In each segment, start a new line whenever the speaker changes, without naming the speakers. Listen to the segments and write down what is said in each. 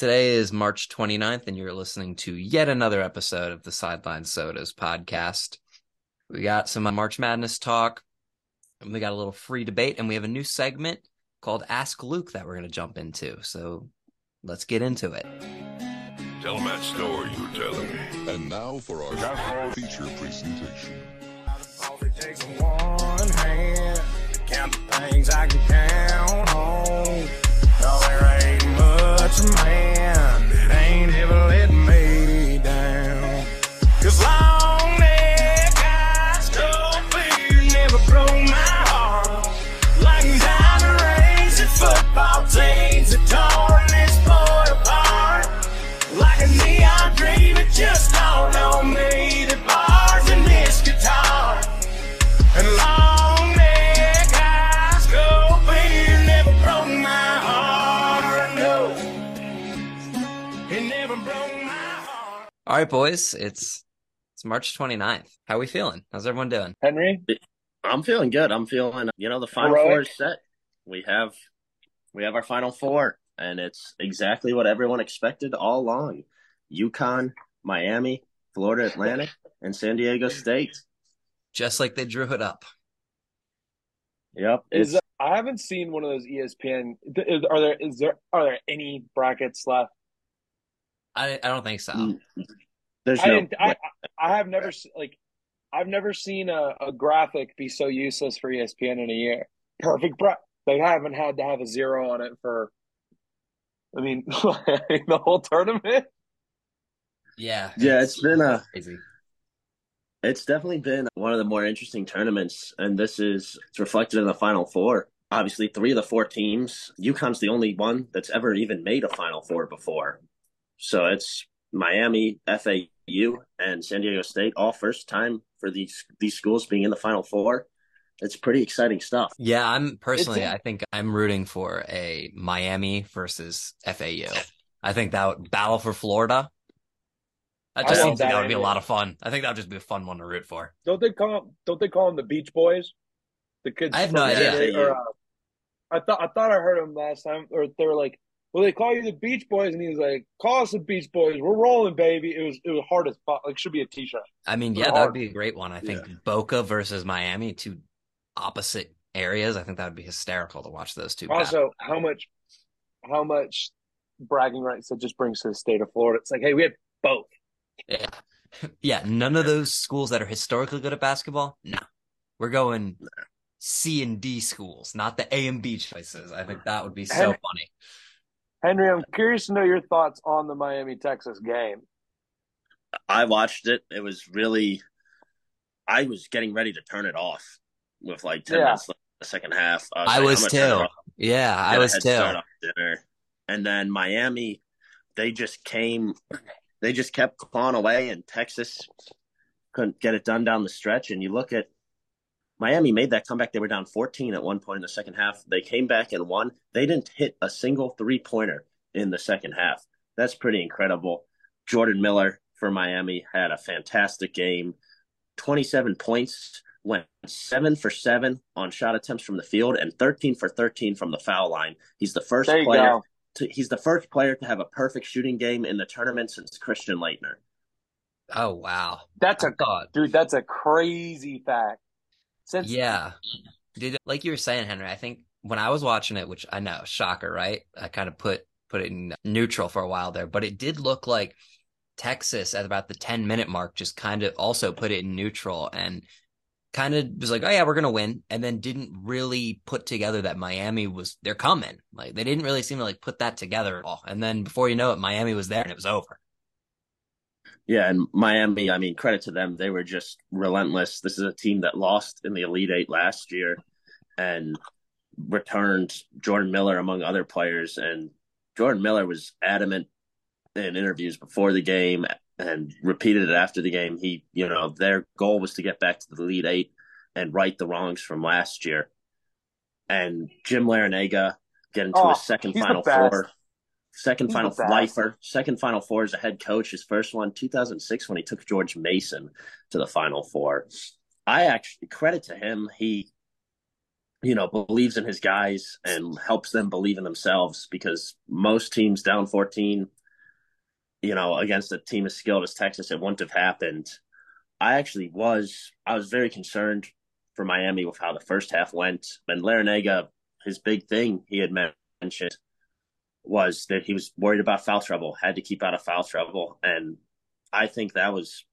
Today is March 29th, and you're listening to yet another episode of the Sideline Sodas podcast. We got some uh, March Madness talk, and we got a little free debate, and we have a new segment called Ask Luke that we're going to jump into. So let's get into it.
Tell them that story you were telling me.
And now for our feature presentation.
All it takes in one hand to count the things I can count on. No, there ain't much man that ain't ever let me down. 'Cause long neck eyes don't fear, never broke my heart. Like diamond rings and football teams that torn this boy apart. Like a neon dream, it just dawned on me that bars and this guitar. And long neck eyes go beer never broke my heart. No, it never broke my heart.
All right, boys, it's it's March 29th. How we feeling? How's everyone doing?
Henry,
I'm feeling good. I'm feeling, you know, the final
Heroic.
four is set. We have, we have our final four, and it's exactly what everyone expected all along: UConn, Miami, Florida Atlantic, and San Diego State.
Just like they drew it up.
Yep,
is
it's
I haven't seen one of those E ESPN. th- Is, are there is there are there any brackets left?
I I don't think so.
Mm. there's
I
no.
didn't. I I I have never se- like I've never seen a, a graphic be so useless for E ESPN in a year. Perfect. Bra- they haven't had to have a zero on it for. I mean, the whole tournament.
Yeah.
yeah, it's been a.
crazy.
It's definitely been one of the more interesting tournaments, and this is it's reflected in the Final Four. Obviously, three of the four teams. UConn's the only one that's ever even made a Final Four before. So it's Miami, FAU, and San Diego State, all first time for these these schools being in the Final Four. It's pretty exciting stuff.
Yeah, I'm personally,
It's-
I think I'm rooting for a Miami versus FAU. I think that would battle for Florida. That
I
just
love
seems like
that
that would be a
idea.
lot of fun. I think that would just be a fun one to root for.
Don't they call don't they call them the Beach Boys? The kids.
I have no
from
idea.
Saturday, or, uh, I thought I thought I heard him last time, or they were like, "Well, they call you the Beach Boys," and he was like, "Call us the Beach Boys. We're rolling, baby." It was it was hard as fuck. Like should be a T-shirt.
I mean,
Good
yeah, that
art.
would be a great one. I think Boca versus Miami, two opposite areas. I think that would be hysterical to watch those two. battle.
Also, how much how much bragging rights that just brings to the state of Florida? It's like, hey, we have both.
Yeah. Yeah. None of those schools that are historically good at basketball. No, we're going C and D schools, not the A and B choices. I think that would be so
Henry-
funny.
Henry, I'm curious to know your thoughts on the Miami Texas game.
I watched it. It was really, I was getting ready to turn it off with like ten
Yeah.
minutes left in the second half.
I
like,
was
I'm gonna turn it
too.
off.
Yeah, I
Get a
was
head
too.
start on dinner. And then Miami, they just came, they just kept clawing away, and Texas couldn't get it done down the stretch. And you look at Miami made that comeback. They were down 14 at one point in the second half. They came back and won. They didn't hit a single three pointer in the second half. That's pretty incredible. Jordan Miller for Miami had a fantastic game 27 points, went seven for seven on shot attempts from the field, and 13 for 13 from the foul line. He's the first
There you
player.
go.
To, he's the first player to have a perfect shooting game in the tournament since Christian Leitner.
Oh wow,
That's a
God,
dude. That's a crazy fact. Since
yeah. Did like you were saying, Henry? I think when I was watching it, which I know, shocker, right? I kind of put put it in neutral for a while there, but it did look like Texas at about the ten minute mark just kind of also put it in neutral and kind of was like, oh yeah, we're gonna win, and then didn't really put together that Miami was they're coming. Like they didn't really seem to like put that together at all. And then before you know it, Miami was there and it was over.
Yeah, and Miami, I mean, credit to them. They were just relentless. This is a team that lost in the Elite Eight last year and returned Jordan Miller among other players. And Jordan Miller was adamant in interviews before the game and repeated it after the game. He, you know, their goal was to get back to the Elite Eight and right the wrongs from last year. And Jim Larinaga getting to
Oh,
his second
he's the
Final
best.
Four. Second
He's
Final
the best.
lifer, second Final Four as a head coach. His first one, 2006, when he took George Mason to the Final Four. I actually credit to him. He you know, believes in his guys and helps them believe in themselves because most teams down 14, you know, against a team as skilled as Texas, it wouldn't have happened. I actually was, I was very concerned for Miami with how the first half went. And Larinaga, his big thing he had mentioned was that he was worried about foul trouble, had to keep out of foul trouble. And I think that was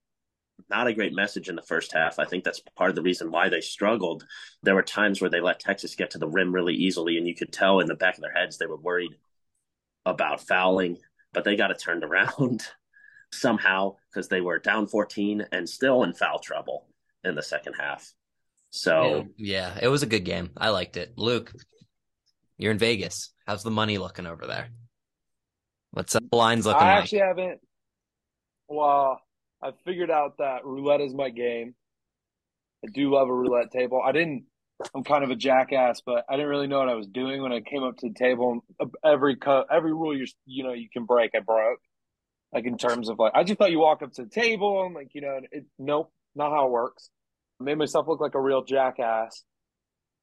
not a great message in the first half. I think that's part of the reason why they struggled. There were times where they let Texas get to the rim really easily, and you could tell in the back of their heads they were worried about fouling, but they got it turned around somehow because they were down 14 and still in foul trouble in the second half. So,
yeah, yeah, it was a good game. I liked it. Luke, you're in Vegas. How's the money looking over there? What's the lines looking
I
like?
actually haven't. Well, I figured out that roulette is my game. I do love a roulette table. I didn't. I'm kind of a jackass, but I didn't really know what I was doing when I came up to the table. And every co- every rule you you know you can break, I broke. Like in terms of like, I just thought you walk up to the table and like you know, it, nope, not how it works. I made myself look like a real jackass.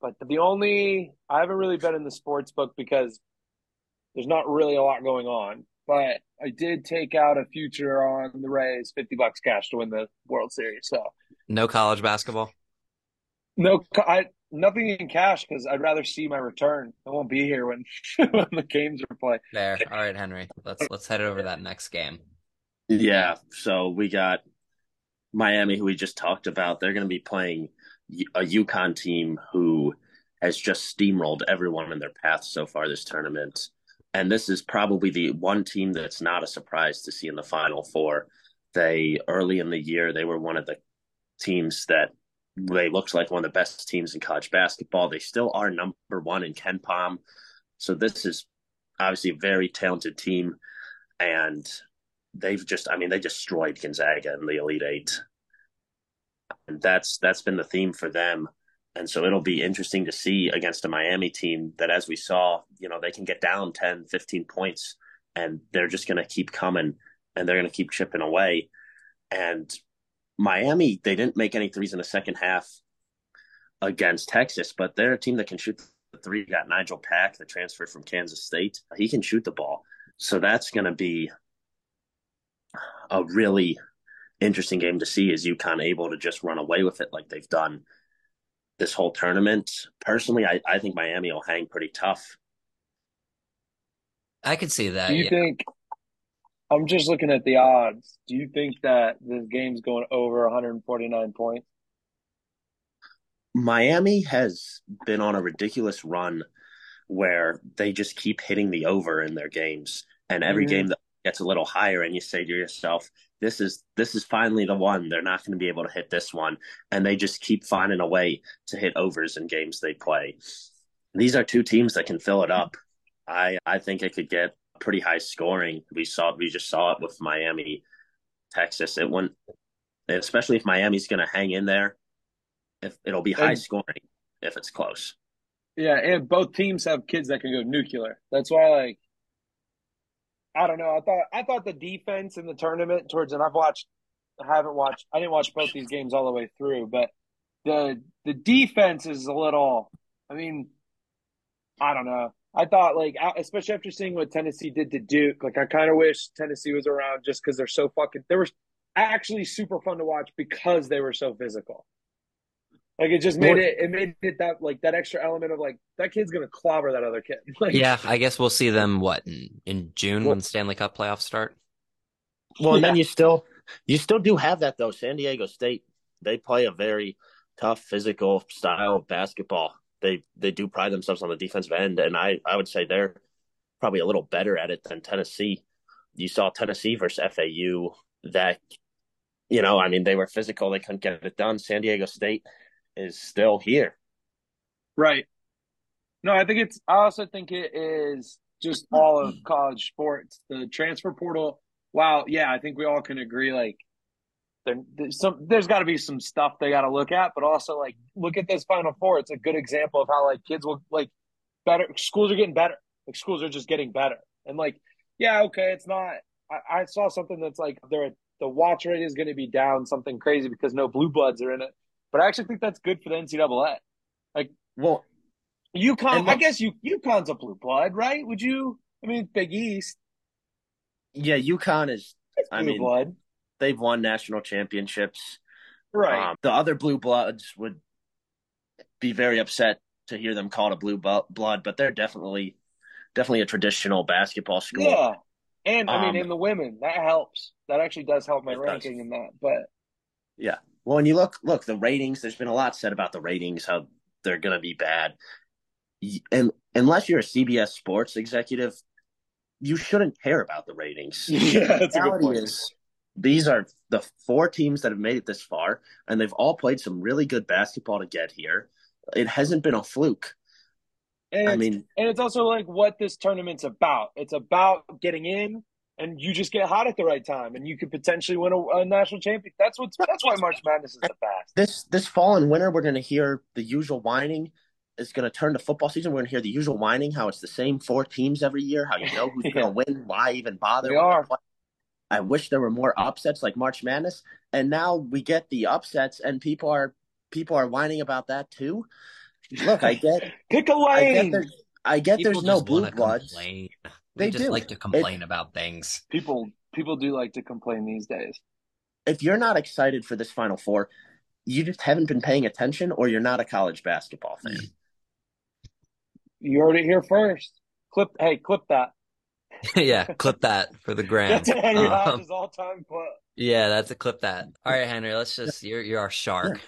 But the only I haven't really been in the sports book because there's not really a lot going on. But I did take out a future on the Rays, fifty bucks cash to win the World Series. So
No college basketball.
no, ca- I nothing in cash because I'd rather see my return. I won't be here when when the games are played.
There. All right, Henry. Let's let's head over that next game.
yeah, so we got Miami, who we just talked about. They're going to be playing Y- a Yukon team who has just steamrolled everyone in their path so far this tournament. And this is probably the one team that's not a surprise to see in the Final Four. They early in the year they were one of the teams that they looked like one of the best teams in college basketball. They still are number one in Ken Palm. So this is obviously a very talented team. And they've just I mean, they destroyed Gonzaga in the Elite Eight. And that's that's been the theme for them. And so it'll be interesting to see against a Miami team that as we saw, you know, they can get down 10, 15 points and they're just going to keep coming and they're going to keep chipping away. And Miami, they didn't make any threes in the second half against Texas, but they're a team that can shoot the three. You got Nigel Pack, the transfer from Kansas State. He can shoot the ball. So that's going to be a really interesting game to see. Is UConn able to just run away with it like they've done this whole tournament? Personally, I, I think Miami will hang pretty tough.
I could see that.
Do you
Uh, yeah.
think? I'm just looking at the odds. Do you think that this game's going over 149 points?
Miami has been on a ridiculous run where they just keep hitting the over in their games, and every
Mhm.
game that gets a little higher, and you say to yourself, "This is this is finally the one. They're not going to be able to hit this one," and they just keep finding a way to hit overs in games they play. These are two teams that can fill it up. I I think it could get pretty high scoring. We saw we just saw it with Miami, Texas. It went, especially if Miami's going to hang in there. If it'll be high
And-
scoring if it's close.
Yeah, and both teams have kids that can go nuclear. That's why, like, I don't know. I thought I thought the defense in the tournament towards, and I've watched, I haven't watched, I didn't watch both these games all the way through, but the the defense is a little. I mean, I don't know. I thought like, I- especially after seeing what Tennessee did to Duke, like I kind of wish Tennessee was around just because they're so fucking. They were actually super fun to watch because they were so physical. Like it just made
Well-
it. It made it that like that extra element of like that kid's gonna clobber that other kid. Like,
Yeah, I guess we'll see them what in, in June when
Well-
the Stanley Cup playoffs start.
Well, and then
Yeah.
you still you still do have that though. San Diego State they play a very tough physical style of basketball. They they do pride themselves on the defensive end, and I I would say they're probably a little better at it than Tennessee. You saw Tennessee versus FAU that you know I mean they were physical they couldn't get it done. San Diego State is still here.
Right. No, I think it's. I also think it is just all of college sports. The transfer portal. Wow. Yeah, I think we all can agree. Like, there, there's some. There's got to be some stuff they got to look at, but also like look at this Final Four. It's a good example of how like kids will like better. Schools are getting better. Like schools are just getting better. And like, yeah, okay, it's not. I, I saw something that's like they're the watch rate is going to be down something crazy because no blue bloods are in it. But I actually think that's good for the NCAA.
Well,
UConn,
And
I
look-
guess you UConn's a blue blood, right? Would you? I mean, Big East,
Yeah, UConn is.
it's blue
I mean,
blood,
they've won national championships.
right?
Um, the other blue bloods would be very upset to hear them called a blue bu- blood, but they're definitely definitely a traditional basketball school.
yeah, and I
Um,
mean, in the women, that helps. That actually does help my
It does.
ranking in that. But
Well, and you look look the ratings. There's been a lot said about the ratings, how they're going to be bad, Y- and unless you're a CBS Sports executive, you shouldn't care about the ratings.
yeah, that's
reality is these are the four teams that have made it this far, and they've all played some really good basketball to get here. It hasn't been a fluke.
And
I
it's,
mean,
and it's also like what this tournament's about. It's about getting in, and you just get hot at the right time, and you could potentially win a, a national championship. That's what's that's why March Madness is the best.
this this fall and winter, we're going to hear the usual whining. It's going to turn to football season. We're going to hear the usual whining, how it's the same four teams every year, how you know who's
Yeah.
going to win, why even bother?
They are.
I wish there were more upsets like March Madness, and now we get the upsets, and people are people are whining about that too. Look, I get,
Pick a
I get,
lane.
there's, I get
People
there's no
just
blue
wanna
bloods.
Complain.
They
They just
do.
like to complain about things.
people people do like to complain these days.
If you're not excited for this Final Four, you just haven't been paying attention, or you're not a college basketball fan.
Mm.
You heard it here first. Clip, hey, clip that.
yeah, clip that for the grand.
That's Henry
Um,
Hodges' all-time quote.
yeah, that's a clip that. All right, Henry, let's just you're you're our shark.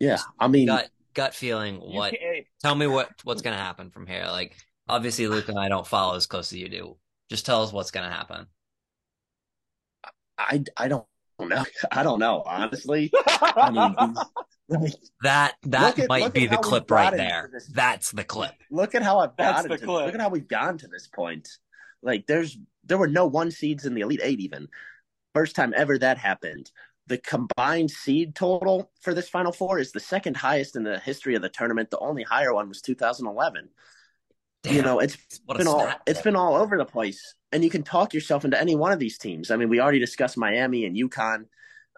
Yeah, I mean,
Gut gut feeling
You
what
can't- hey,
tell me what what's gonna happen from here. Like obviously Luke and I don't follow as close as you do. Just tell us what's gonna happen.
I I don't know. I don't know, honestly. I mean, these-
That that
Look at-
might
look
be
at
the
how we
clip
got
right
into
there.
this.
That's the clip.
look at how I've
That's
gotten
the
to,
clip.
look at how we've gotten to this point. Like there's there were no one seeds in the Elite Eight even. First time ever that happened. The combined seed total for this Final Four is the second highest in the history of the tournament. The only higher one was 2011. You
Damn,
know, it's
what a
been all
snap.
it's been all over the place, and you can talk yourself into any one of these teams. I mean, we already discussed Miami and UConn.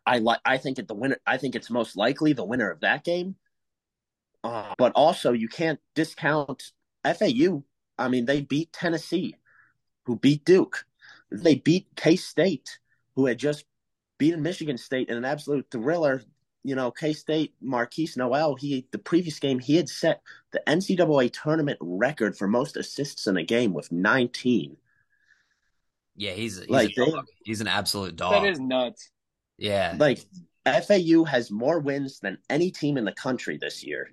I like. I think at the winner. I think it's most likely the winner of that game. Uh, but also, you can't discount FAU. I mean, they beat Tennessee, who beat Duke. They beat K State, who had just beaten Michigan State in an absolute thriller. You know, K State Marquise Noel. He the previous game he had set the NCAA tournament record for most assists in a game with 19.
Yeah, he's he's
Like,
a
they-
dog. He's an absolute
that
dog.
is nuts.
yeah.
Like FAU has more wins than any team in the country this year.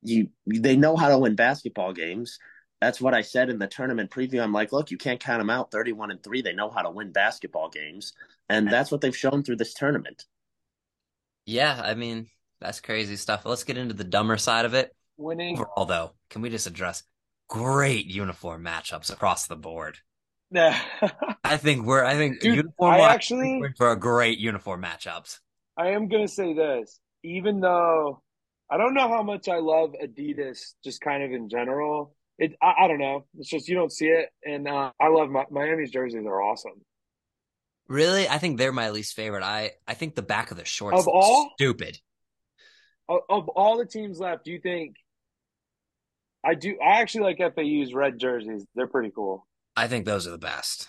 You they know how to win basketball games. That's what I said in the tournament preview. I'm like, look, you can't count them out 31 and 3. They know how to win basketball games, and that's what they've shown through this tournament.
Yeah, I mean, that's crazy stuff. Let's get into the dumber side of it.
Winning.
Overall, though, can we just address great uniform matchups across the board?
Nah.
I think we're, I think
Dude,
uniform
I
wise,
actually-
we're for a great uniform matchups.
I am gonna say this, even though I don't know how much I love Adidas, just kind of in general. It, I, I don't know. It's just you don't see it, and uh, I love my, Miami's jerseys are awesome.
Really, I think they're my least favorite. I, I think the back of the shorts
Of
look
all?
stupid.
of, of all the teams left, do you think? I do. I actually like FAU's red jerseys. They're pretty cool.
I think those are the best.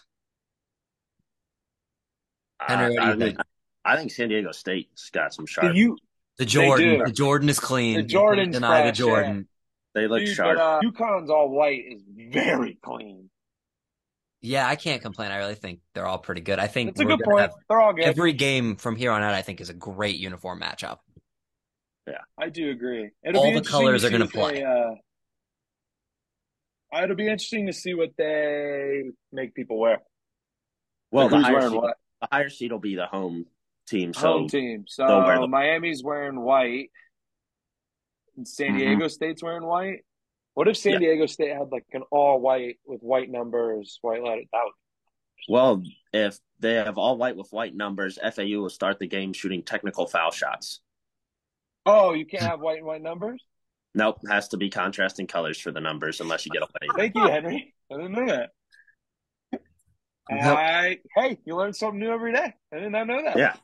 I,
Henry, what do you
I
think?
think, I think San Diego State's got some
Do
sharp.
you,
The Jordan,
do.
the Jordan is clean.
The
You can't
Jordan's
deny the
fresh, yeah.
Jordan.
they look
dude,
sharp.
but, uh, UConn's all white is very clean.
Yeah, I can't complain. I really think they're all pretty good. I think
That's a
we're
good
gonna
point.
have
They're all good.
every game from here on out. I think is a great uniform matchup.
I do agree. It'll
All
be
the
interesting
colors
to
are gonna
see if they, uh, it'll be interesting to see what they make people wear.
well,
Like
the
who's
higher,
wearing
seed,
what?
the higher seed will be the home team. So
Home team. So
they'll wear the-
Miami's wearing white. And San
Mhm.
Diego State's wearing white. What if San
Yeah.
Diego State had like an all white with white numbers, white letters? That would-
Well, if they have all white with white numbers, FAU will start the game shooting technical foul shots.
Oh, you can't have white and white numbers?
Nope, has to be contrasting colors for the numbers unless you get away.
Thank you, Henry. I didn't know that.
Nope.
I, hey, you learn something new every day. I did not know that.
Yeah.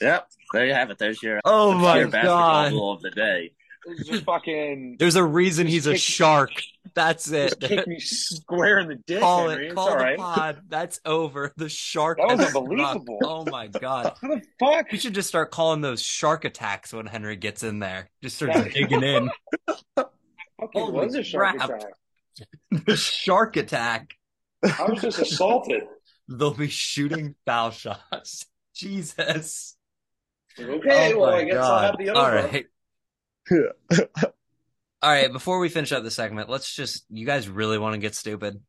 Yep, there you have it. There's your
Oh
your basketball rule of the day.
It's just fucking
There's a reason he's a
Kick-
shark. That's it.
just kick me square in the dick.
Call
Henry.
it.
It's
Call
all
the
right.
pod. That's over. The shark.
That was
has struck.
unbelievable.
Oh my god.
What the fuck?
We should just start calling those shark attacks when Henry gets in there. Just start
Yeah.
digging in.
Fucking
Holy
was a shark
crap.
attack.
the shark attack.
I was just assaulted.
They'll be shooting bow shots. Jesus.
Like, okay,
Oh
well,
my
I guess I'll
God.
have the other
All
one.
right. All right, before we finish up the segment, let's just you guys really want to get stupid.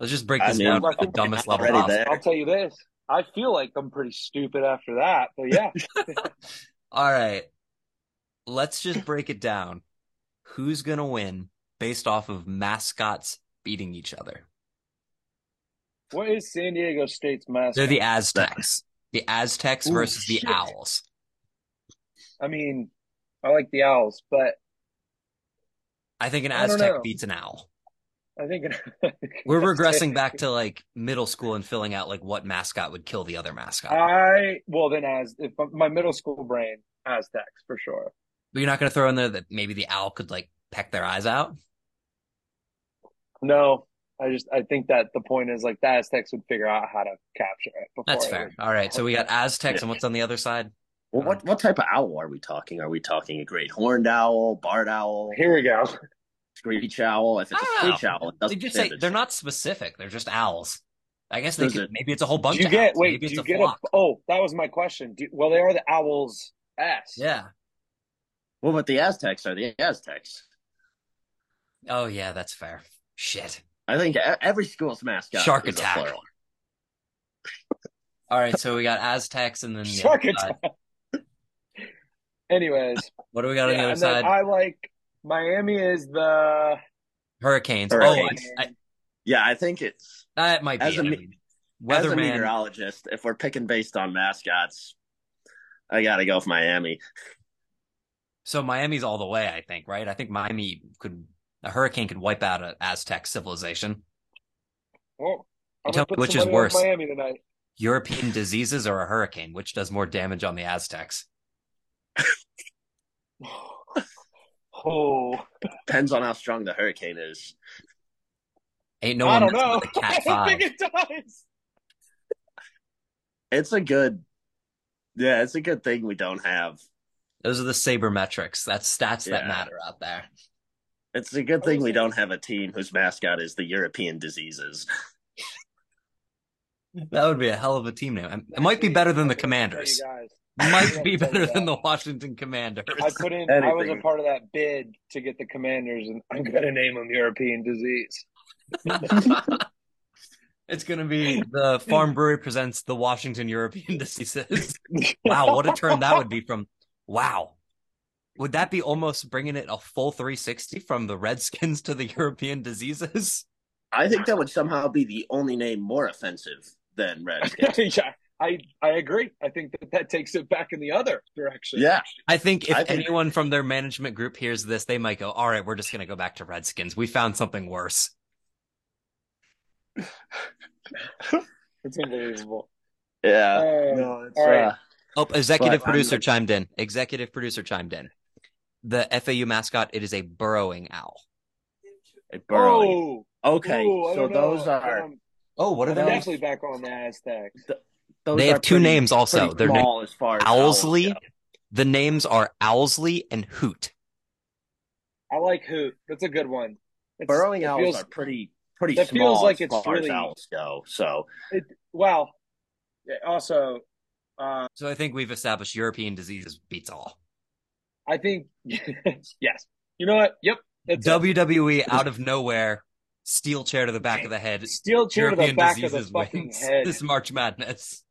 Let's just break
I
this
mean,
down
I'm
to the dumbest level
already
possible.
there.
I'll tell you this. I feel like I'm pretty stupid after that, but yeah.
All right. Let's just break it down. Who's going to win based off of mascots beating each other?
What is San Diego State's
They're
mascot?
the Aztecs. The Aztecs
Ooh,
versus
shit.
the Owls.
I mean, I like the Owls, but
I think an
I don't
Aztec
know.
beats an owl.
I think
We're regressing back to like middle school and filling out like what mascot would kill the other mascot.
Uh, I well then as if my middle school brain Aztecs for sure.
but you're not going to throw in there that maybe the owl could like peck their eyes out.
No, I just I think that the point is like the Aztecs would figure out how to capture it. Before
That's
it
fair.
would-
All right. So we got Aztecs and what's on the other side?
Well,
Uh-huh.
what what type of owl are we talking? Are we talking a great horned owl, barred owl,
Here we go.
screech owl? If it's a
Ow.
screech owl, it
They
doesn't
just
fit.
say they're not specific. They're just owls. I guess they
Does
could,
it-
maybe it's a whole
Do
bunch
you
of
get
owls.
wait?
maybe
Do
it's
you
a
get
flock.
a? Oh, that was my question. Do, well, they are the owls' ass.
Yeah.
Well, but the Aztecs are the Aztecs.
Oh yeah, that's fair. Shit.
I think e- every school's mascot
Shark
is a
attack.
plural.
All right, so we got Aztecs and then the
Shark
other side.
Anyways,
what do we got on
yeah,
the other
and then
side?
I like Miami is the
Hurricanes.
Hurricanes.
Oh, I, I,
Yeah, I think it's
that might be
As
it.
a
I
me-
mean,
as a
Weatherman.
meteorologist. If we're picking based on mascots, I gotta go with Miami.
So Miami's all the way, I think, right? I think Miami could a hurricane could wipe out an Aztec civilization.
Oh, I'm
You tell
gonna put
me which is
somebody on
worse.
Miami tonight.
European diseases or a hurricane, which does more damage on the Aztecs?
Oh,
Depends on how strong the hurricane is.
Ain't no
I
one
don't
messing
know.
with a
I
cat
don't
five.
think it does.
It's a good, yeah, it's a good thing we don't have.
Those are the saber metrics. That's stats that
Yeah.
matter out there.
It's a good thing we don't have a team whose mascot is the European diseases.
That would be a hell of a team name. It might be better than the Commanders.
Tell you
Might be better than the Washington Commanders.
guys. I put in. I was a
Anything.
part of that bid to get the Commanders, and I'm gonna name them European disease.
It's gonna be the Farm Brewery presents the Washington European diseases. Wow, what a turn that would be from! Wow, would that be almost bringing it a full 360 from the Redskins to the European diseases?
I think that would somehow be the only name more offensive than Redskins.
yeah, I I agree. I think that that takes it back in the other direction.
yeah,
I think if
I think-
anyone from their management group hears this, they might go, "All right, we're just gonna go back to Redskins. We found something worse."
it's
Uh,
unbelievable.
yeah.
Um,
it's,
all right.
uh,
Oh, executive
But I'm-
producer chimed in. Executive producer chimed in. The FAU mascot it is a burrowing owl.
it burrowing.
Oh,
okay,
ooh, I
so
don't know.
those are
Um,
Oh, what
I'm
are those?
definitely back on the Aztecs.
those
They
are
have two
pretty-
names also.
pretty
They're
small as far as owls
Owlsley.
go.
The names are Owlsley and Hoot.
I like Hoot. That's a good one. It's,
Burrowing
it
owls
feels-
are pretty pretty
that
small
feels like
as
it's
far
really-
as owls go. So
Well, yeah, also, uh,
So I think we've established European diseases beats all.
I think yes. You know what? Yep. That's it.
WWE E, out of nowhere, steel chair to the back of the head.
Steel chair to the
European
back of the
diseases
fucking
wins
head.
this March Madness.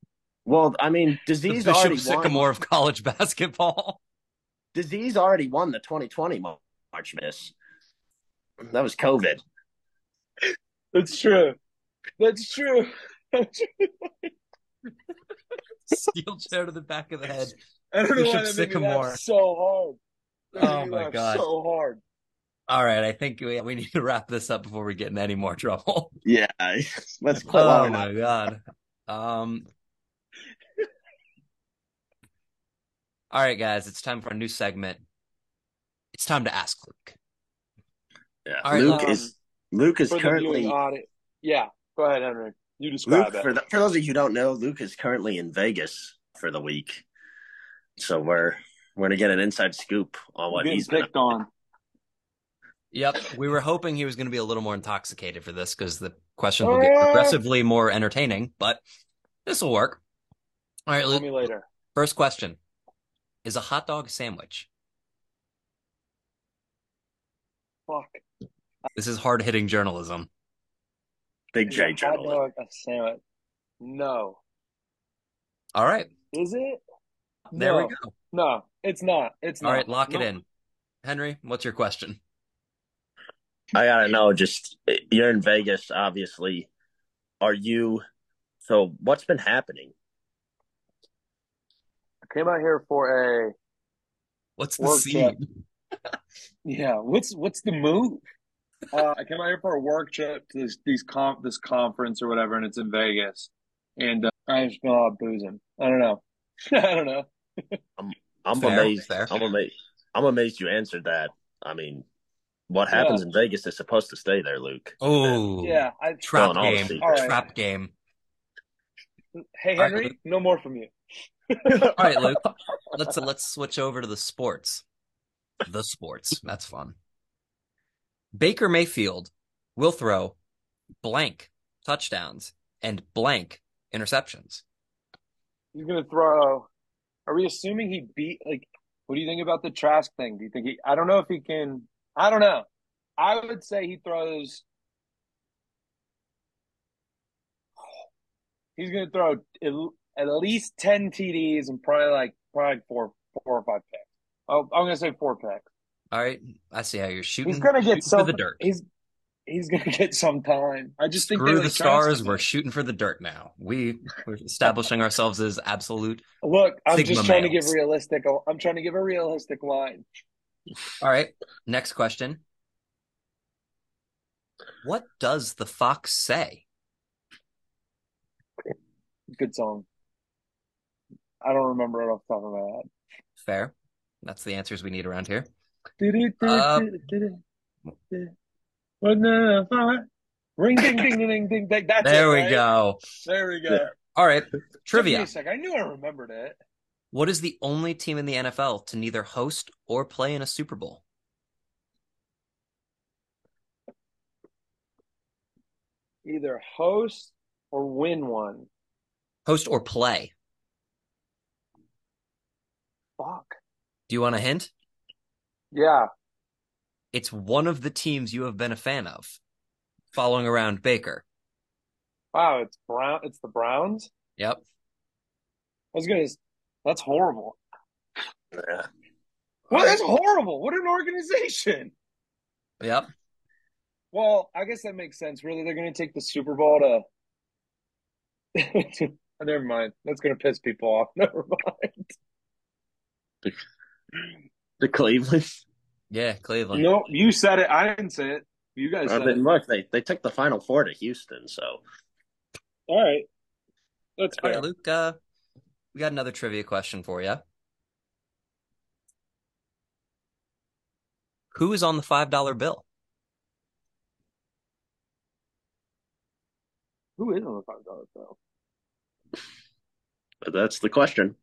well, I mean,
The
disease
Bishop
already
Sycamore
won.
of college basketball.
Disease already won the 2020 Mar- March Miss. That was COVID.
That's true. That's true. That's true.
Steel chair to the back of the head.
I don't know why
Bishop
that made me
Sycamore.
laugh so hard. That
Oh
made me
my
laugh
God.
So hard.
All right, I think we, we need to wrap this up before we get in any more trouble.
Yeah, let's quit
Oh
lying.
my god. Um All right guys, it's time for a new segment. it's time to ask Luke.
Yeah.
All right,
Luke
um,
is Luke is
for the viewing
currently
audi- Yeah, go ahead, Henry. You describe
Luke
it.
for the, for those of you who don't know, Luke is currently in Vegas for the week. So we're we're gonna get an inside scoop on what
Getting
he's been
picked on.
Yep, we were hoping he was going to be a little more intoxicated for this because the questions will get progressively more entertaining, but this will work. All right,
Tell
Luke.
me later.
First question Is a hot dog a sandwich?
Fuck.
This is hard hitting journalism.
Big
Is
J
a hot
journalist.
dog a sandwich? No.
All right,
Is it?
there
no.
we go.
No, it's not. It's
All
not.
right, lock it
No.
in. Henry, what's your question?
I gotta know. Just you're in Vegas, obviously. Are you? So what's been happening?
I came out here for a
What's the
Work
scene?
yeah. What's what's the move? Uh, I came out here for a work trip to this these comp this conference or whatever, and it's in Vegas. And uh, I just been a lot of boozing. I don't know. I don't know.
I'm
Fair,
amazed.
fair.
I'm amazed. I'm amazed you answered that. I mean, what happens in Vegas is supposed to stay there, Luke.
Oh,
Yeah. I,
Trap
Telling all the
game.
secrets.
All right.
Trap game.
hey
All right,
Henry,
Luke.
no more from you.
All right, Luke. Let's let's switch over to the sports. The sports. That's fun. Baker Mayfield will throw blank touchdowns and blank interceptions.
He's gonna throw. Are we assuming he beat? Like, what do you think about the Trask thing? Do you think he? I don't know if he can. I don't know. I would say he throws. He's gonna throw at- at least ten TDs and probably like probably four four or five picks. Oh, I'm gonna say four picks.
All right, I see how you're shooting.
He's gonna get
shooting for
some.
the dirt.
He's he's gonna get some time. I just think they
Screw
like
the
Trask.
stars. We're shooting for the dirt now. We we're establishing ourselves as absolute.
Look, I'm
Sigma
just trying to
males.
give realistic. I'm trying to give a realistic line.
All right. Next question. What does the fox say?
Good song. I don't remember it off the top of my head.
Fair. That's the answers we need around here. Uh,
Do-do-do-do-do-do. What the fuck? Ring ding ding ding ding ding ding. That's
There
it,
we
right?
go.
There we go.
Yeah.
Took me
All right.
a
Trivia.
sec. I knew I remembered it.
What is the only team in the NFL to neither host or play in a Super Bowl?
Either host or win one.
Host or play.
Fuck.
Do you want a hint?
Yeah.
It's one of the teams you have been a fan of following around Baker.
Wow. It's Brown. It's the Browns.
Yep.
I was gonna. That's horrible.
Yeah.
Well, that's horrible. What an organization.
Yep.
Well, I guess that makes sense. Really, they're going to take the Super Bowl to. Never mind. That's going to piss people off. Never mind.
The Cleveland.
Yeah, Cleveland.
No, you said it. I didn't say it. You guys
I
said
mean,
it.
look, they they took the Final Four to Houston, so
All right. That's
All
fair.
right, Luke, uh, we got another trivia question for you. Who is on the $5 bill?
Who is on the five dollars bill?
but that's the question.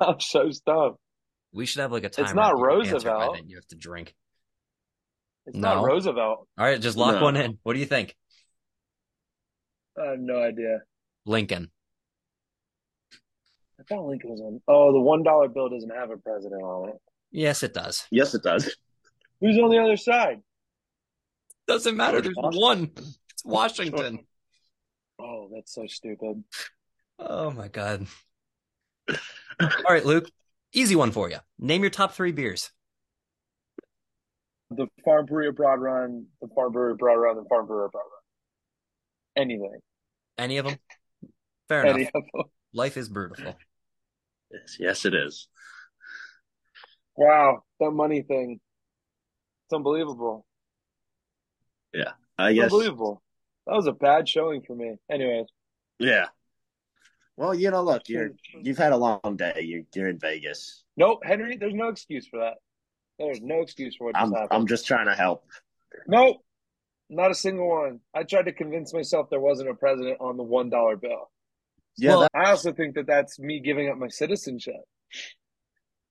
I'm so stumped.
We should have like a timer.
not
if you answer by
Roosevelt.
then You have to drink.
It's not
No.
Roosevelt.
All right, just lock
No.
one in. What do you think?
I have no idea.
Lincoln.
I thought Lincoln was on. Oh, the one dollar bill doesn't have a president on it.
Yes, it does.
Yes, it does.
Who's on the other side?
Doesn't matter.
George
There's one. It's Washington.
Oh, that's so stupid.
Oh my god. All right, Luke. Easy one for you. Name your top three beers.
The Farm Brewery Broad Run, the Farm Brewery Broad Run, the Farm Brewery Broad Run. Anything.
Any of them? Fair
Any
enough.
of them.
Life is beautiful.
Yes, yes, it is.
Wow, that money thing. It's unbelievable.
I guess.
Unbelievable. That was a bad showing for me. Anyways,
Yeah. Well, you know, look, you're you've had a long day. You're you're in Vegas.
Nope, Henry. There's no excuse for that. There's no excuse for what just
I'm
happened.
I'm just trying to help.
Nope. Not a single one. I tried to convince myself there wasn't a president on the one dollar bill.
Yeah,
Well-
that-
I also think that that's me giving up my citizenship.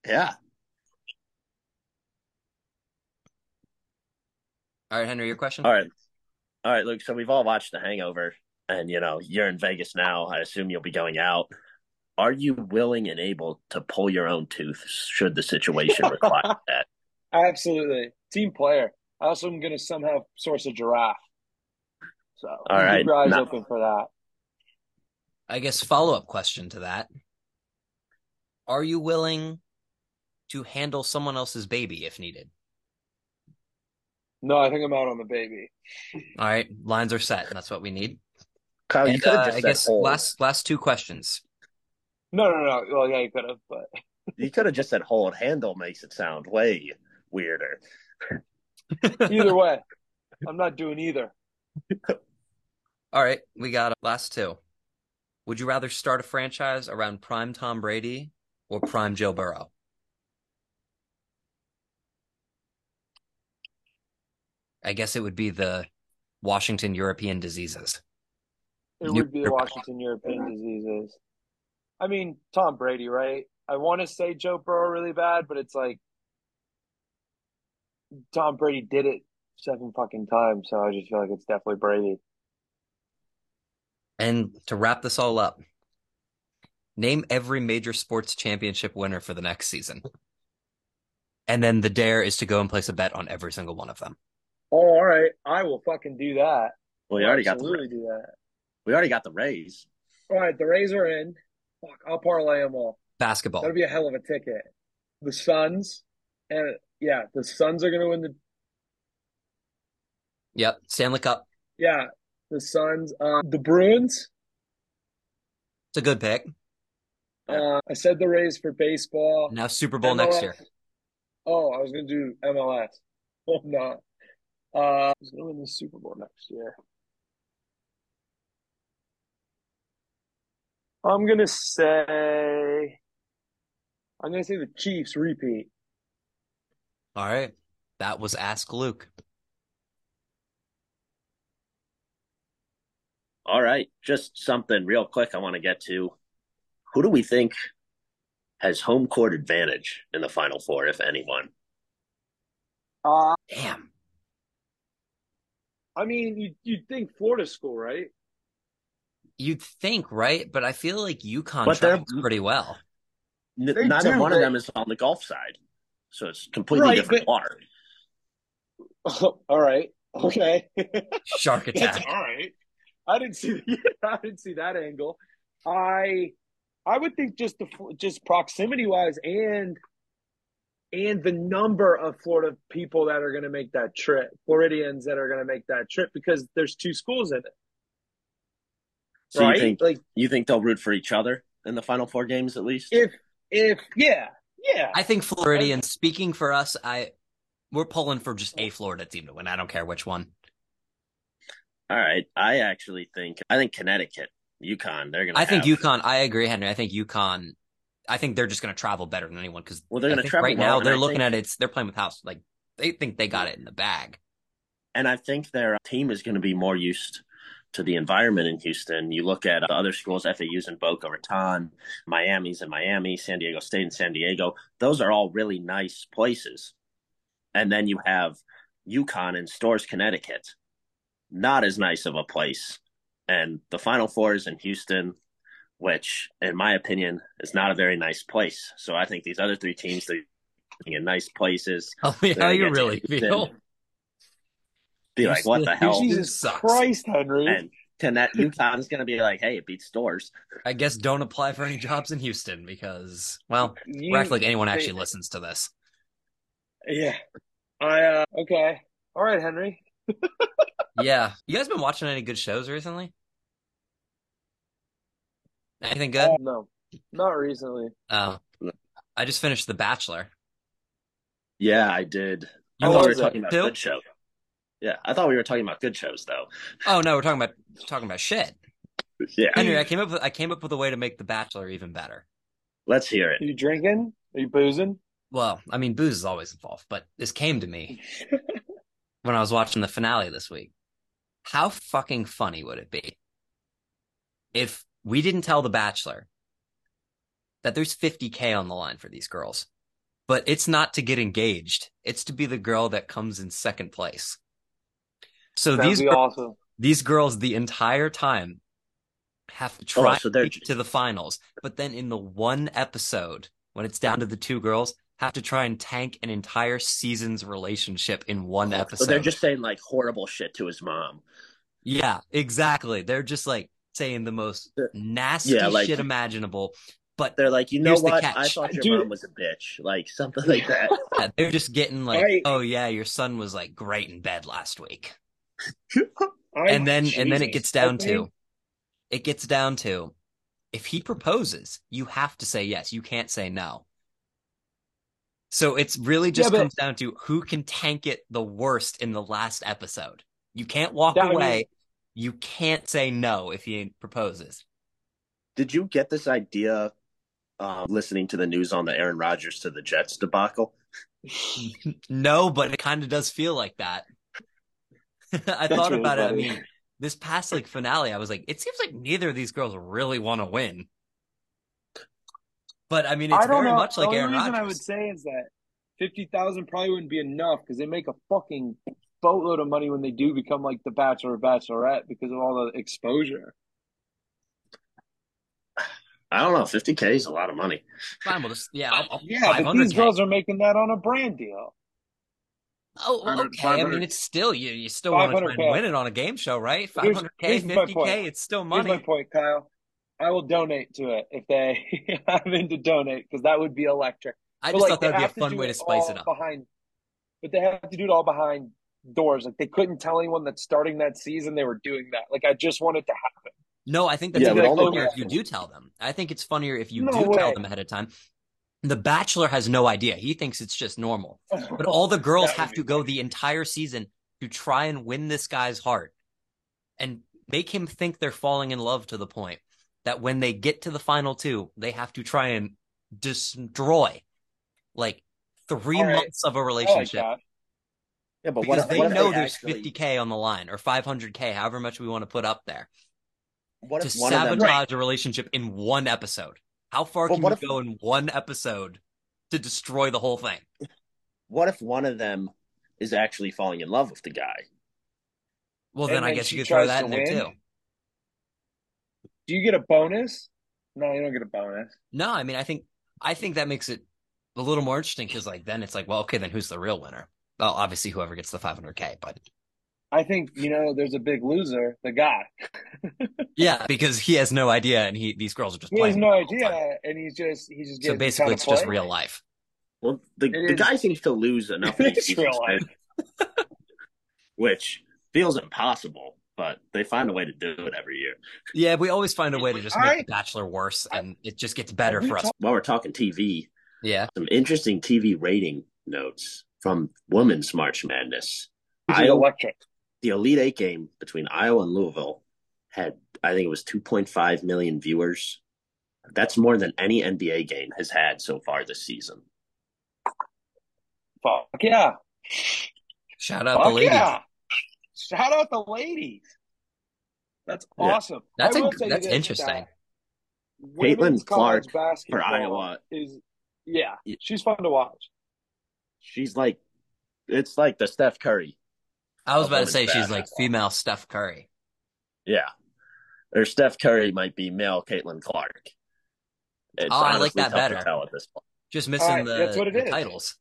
yeah.
All right, Henry, your question.
All right. All right, Luke. So we've all watched The Hangover, and you know, you're in Vegas now. I assume you'll be going out. Are you willing and able to pull your own tooth should the situation require that?
Absolutely. Team player. I also am gonna somehow source a giraffe. So
All
keep
right.
your eyes
No.
open for that.
I guess follow up question to that: Are you willing to handle someone else's baby if needed?
No, I think I'm out on the baby.
All right, lines are set. and That's what we need.
Kyle, Oh, you
And,
could
uh,
have just
I
said
guess
hold.
last last two questions.
No, no, no. Well, yeah, you could have, but
You could have just said hold. Handle makes it sound way weirder.
either way, I'm not doing either.
All right, we got last two. Would you rather start a franchise around prime Tom Brady or prime Joe Burrow? I guess it would be the Washington European diseases.
It would be the Washington European diseases. I mean, Tom Brady, right? I want to say Joe Burrow really bad, but it's like Tom Brady did it seven fucking times, so I just feel like it's definitely Brady.
And to wrap this all up, name every major sports championship winner for the next season. And then the dare is to go and place a bet on every single one of them.
Oh, all right. I will fucking do that.
Well, we already got the
Absolutely do that.
we already got the raise.
All right, the Rays are in. Fuck, I'll parlay them all.
Basketball.
That'll be a hell of a ticket. The Suns, and yeah, the Suns are going to win the
Yep. Stanley Cup.
yeah, the Suns, um, the Bruins.
It's a good pick.
Uh, I said the Rays for baseball.
Now Super Bowl next
MLS.
year.
Oh, I was gonna do MLS. I'm not. Uh, I was gonna win the Super Bowl next year. I'm gonna say. I'm gonna say the Chiefs repeat.
All right. That was Ask Luke.
All right, just something real quick I want to get to. Who do we think has home court advantage in the Final Four, if anyone?
Uh,
Damn.
I mean, you you'd think Florida school, right?
You'd think, right? But I feel like UConn
But they're-
travels pretty well.
N-
They
neither
do,
one
but-
of them is on the golf side, so it's completely
Right,
different
but-
water.
all right. Okay.
Shark
That's
attack.
all right. I didn't see. I didn't see that angle. I, I would think just the just proximity wise and, and the number of Florida people that are going to make that trip, Floridians that are going to make that trip because there's two schools in it,
So
right?
you think
like
you think they'll root for each other in the Final Four games at least?
if if yeah yeah
I think Floridian speaking for us, I we're pulling for just a Florida team to win. I don't care which one.
All right, I actually think I think Connecticut, UConn, they're gonna.
I think
have-
UConn. I agree, Henry. I think UConn. I think they're just going to travel better than anyone because
Well, they're gonna travel
right
well,
now.
and
They're
I
looking at
think-
it's. They're playing with house. Like they think they got it in the bag.
and I think their team is going to be more used to the environment in Houston. You look at the other schools, FAU's in Boca Raton, Miami's in Miami, San Diego State in San Diego. Those are all really nice places. And then you have UConn in Stores, Connecticut. Not as nice of a place. And the Final Four is in Houston, which, in my opinion, is not a very nice place. So I think these other three teams, they're in nice places.
Tell me
They're
how
gonna
you
get
really
Houston.
feel.
Be like, what the hell?
Houston
Jesus
sucks.
Christ, Henry.
And Connect- UConn is going to be like, hey, it beats Stores.
I guess don't apply for any jobs in Houston because well,
You-
we're actually like anyone actually
they-
listens to this.
Yeah. I uh okay. All right, Henry.
Yeah, you guys been watching any good shows recently? Anything good?
Uh, no, not recently.
Oh, I just finished The Bachelor.
Yeah, I did.
How
I thought Oh, we were
was it?
talking about
Phil?
good show. Yeah, I thought we were talking about good shows though.
Oh no, we're talking about talking about shit.
Yeah,
Henry, I came up with I came up with a way to make The Bachelor even better.
let's hear
Are
it.
you drinking? Are you boozing?
Well, I mean, booze is always involved, but this came to me when I was watching the finale this week. How fucking funny would it be if we didn't tell The Bachelor that there's 50K on the line for these girls, but it's not to get engaged, it's to be the girl that comes in second place. So
That'd
these
be
girls,
awesome.
these girls the entire time have to try
Oh, so
to
they're-
make it to the finals, but then in the one episode when it's down to the two girls, have to try and tank an entire season's relationship in one episode.
So they're just saying like horrible shit to his mom.
yeah, exactly. They're just like saying the most
They're-
nasty
yeah, like-
shit imaginable. But
They're like, you know
Here's the
what?
catch.
I thought your
Dude.
mom was a bitch, like something like that.
yeah, they're just getting like,
Right.
oh yeah, your son was like great in bed last week.
I-
and then and then it
Jesus.
gets down
Okay.
to it gets down to if he proposes you have to say yes you can't say no so it's really just
but-
comes down to who can tank it the worst in the last episode you can't walk
That- I mean-
away you can't say no if he proposes
Did you get this idea um, listening to the news on the Aaron Rodgers to the Jets debacle?
no but it kind of does feel like that i
That's
thought
really
about it i
funny.
mean this past like finale i was like it seems like neither of these girls really want to win but i mean it's
I don't
very
know.
much like
the only
aaron
reason
rodgers
I would say is that fifty thousand probably wouldn't be enough because they make a fucking boatload of money when they do become like the Bachelor or Bachelorette because of all the exposure.
I don't know. 50K is a lot of money.
Fine, we'll just yeah. I'll, I'll,
Yeah, but these
500K.
girls are making that on a brand deal.
Oh, well,
500,
okay. I
500.
mean, it's still you. You still want to try and
500K.
win it on a game show, right? Five
Here's-
hundred k,
here's my
fifty
point.
k. It's still
Here's my
money.
point, Kyle. I will donate to it if they I'm in to donate because that would be electric.
I
But,
just
like,
thought
they
that would be a
have
fun
do
way to spice it
all
up.
Behind, but they have to do it all behind doors. Like they couldn't tell anyone that starting that season they were doing that. Like I just wanted to happen.
No, I think that's
Yeah,
even
but all the
funnier if
girls-
you do tell them. I think it's funnier if you
No
do
way.
tell them ahead of time. The Bachelor has no idea. He thinks it's just normal. But all the girls
That would
have
be
to go the entire season to try and win this guy's heart and make him think they're falling in love to the point that when they get to the final two, they have to try and destroy like three
All right.
months of a
I like
relationship
that.
Yeah, but
because
if-
they
if
know there's
actually-
50K on the line or 500K, however much we want to put up there
What
to
if one of them-
sabotage a relationship in one episode. How far
But
can
what
you
if-
go in one episode to destroy the whole thing?
what if one of them is actually falling in love with the guy?
Well,
And
then I
then
guess
she
you could throw
tries
that
to
in there
win?
too.
Do you get a bonus? No, you don't get a bonus.
No, I mean, I think I think that makes it a little more interesting because, like, then it's like, well, okay, then who's the real winner? Well, obviously, whoever gets the 500k, but
I think you know. There's a big loser, the guy.
yeah, because he has no idea, and he these girls are just
He has
playing.
no
him.
idea, and he's just he's just
So
getting
basically,
kinda
it's just
played.
real life.
Well, the,
It
the
is-
guy seems to lose enough of these
It's real
seasons, which feels impossible, but they find a way to do it every year.
Yeah, we always find a way to just make
I-
The Bachelor worse, and it just gets better
we
for us.
talk-
While we're talking TV,
yeah,
some interesting TV rating notes from Women's March Madness.
He's
Iowa
electric.
the Elite Eight game between Iowa and Louisville had, I think it was 2.5 million viewers. That's more than any NBA game has had so far this season.
Fuck yeah!
shout out
Fuck
the ladies.
yeah! Shout out the ladies. That's
Yeah.
awesome.
That's
I
a-
will tell you
that's
this,
interesting.
that women's
Caitlin
college
Clark
basketball
Iowa.
is yeah,
Yeah.
she's fun to watch.
She's like, it's like the Steph Curry.
I was about to
Women's
say she's like
basketball.
female Steph Curry.
Yeah. Or Steph Curry might be male Caitlin Clark. It's
Oh, I like
honestly
that
tough to
better.
tell at this point.
Just missing
right,
the,
that's what it
the
is.
titles.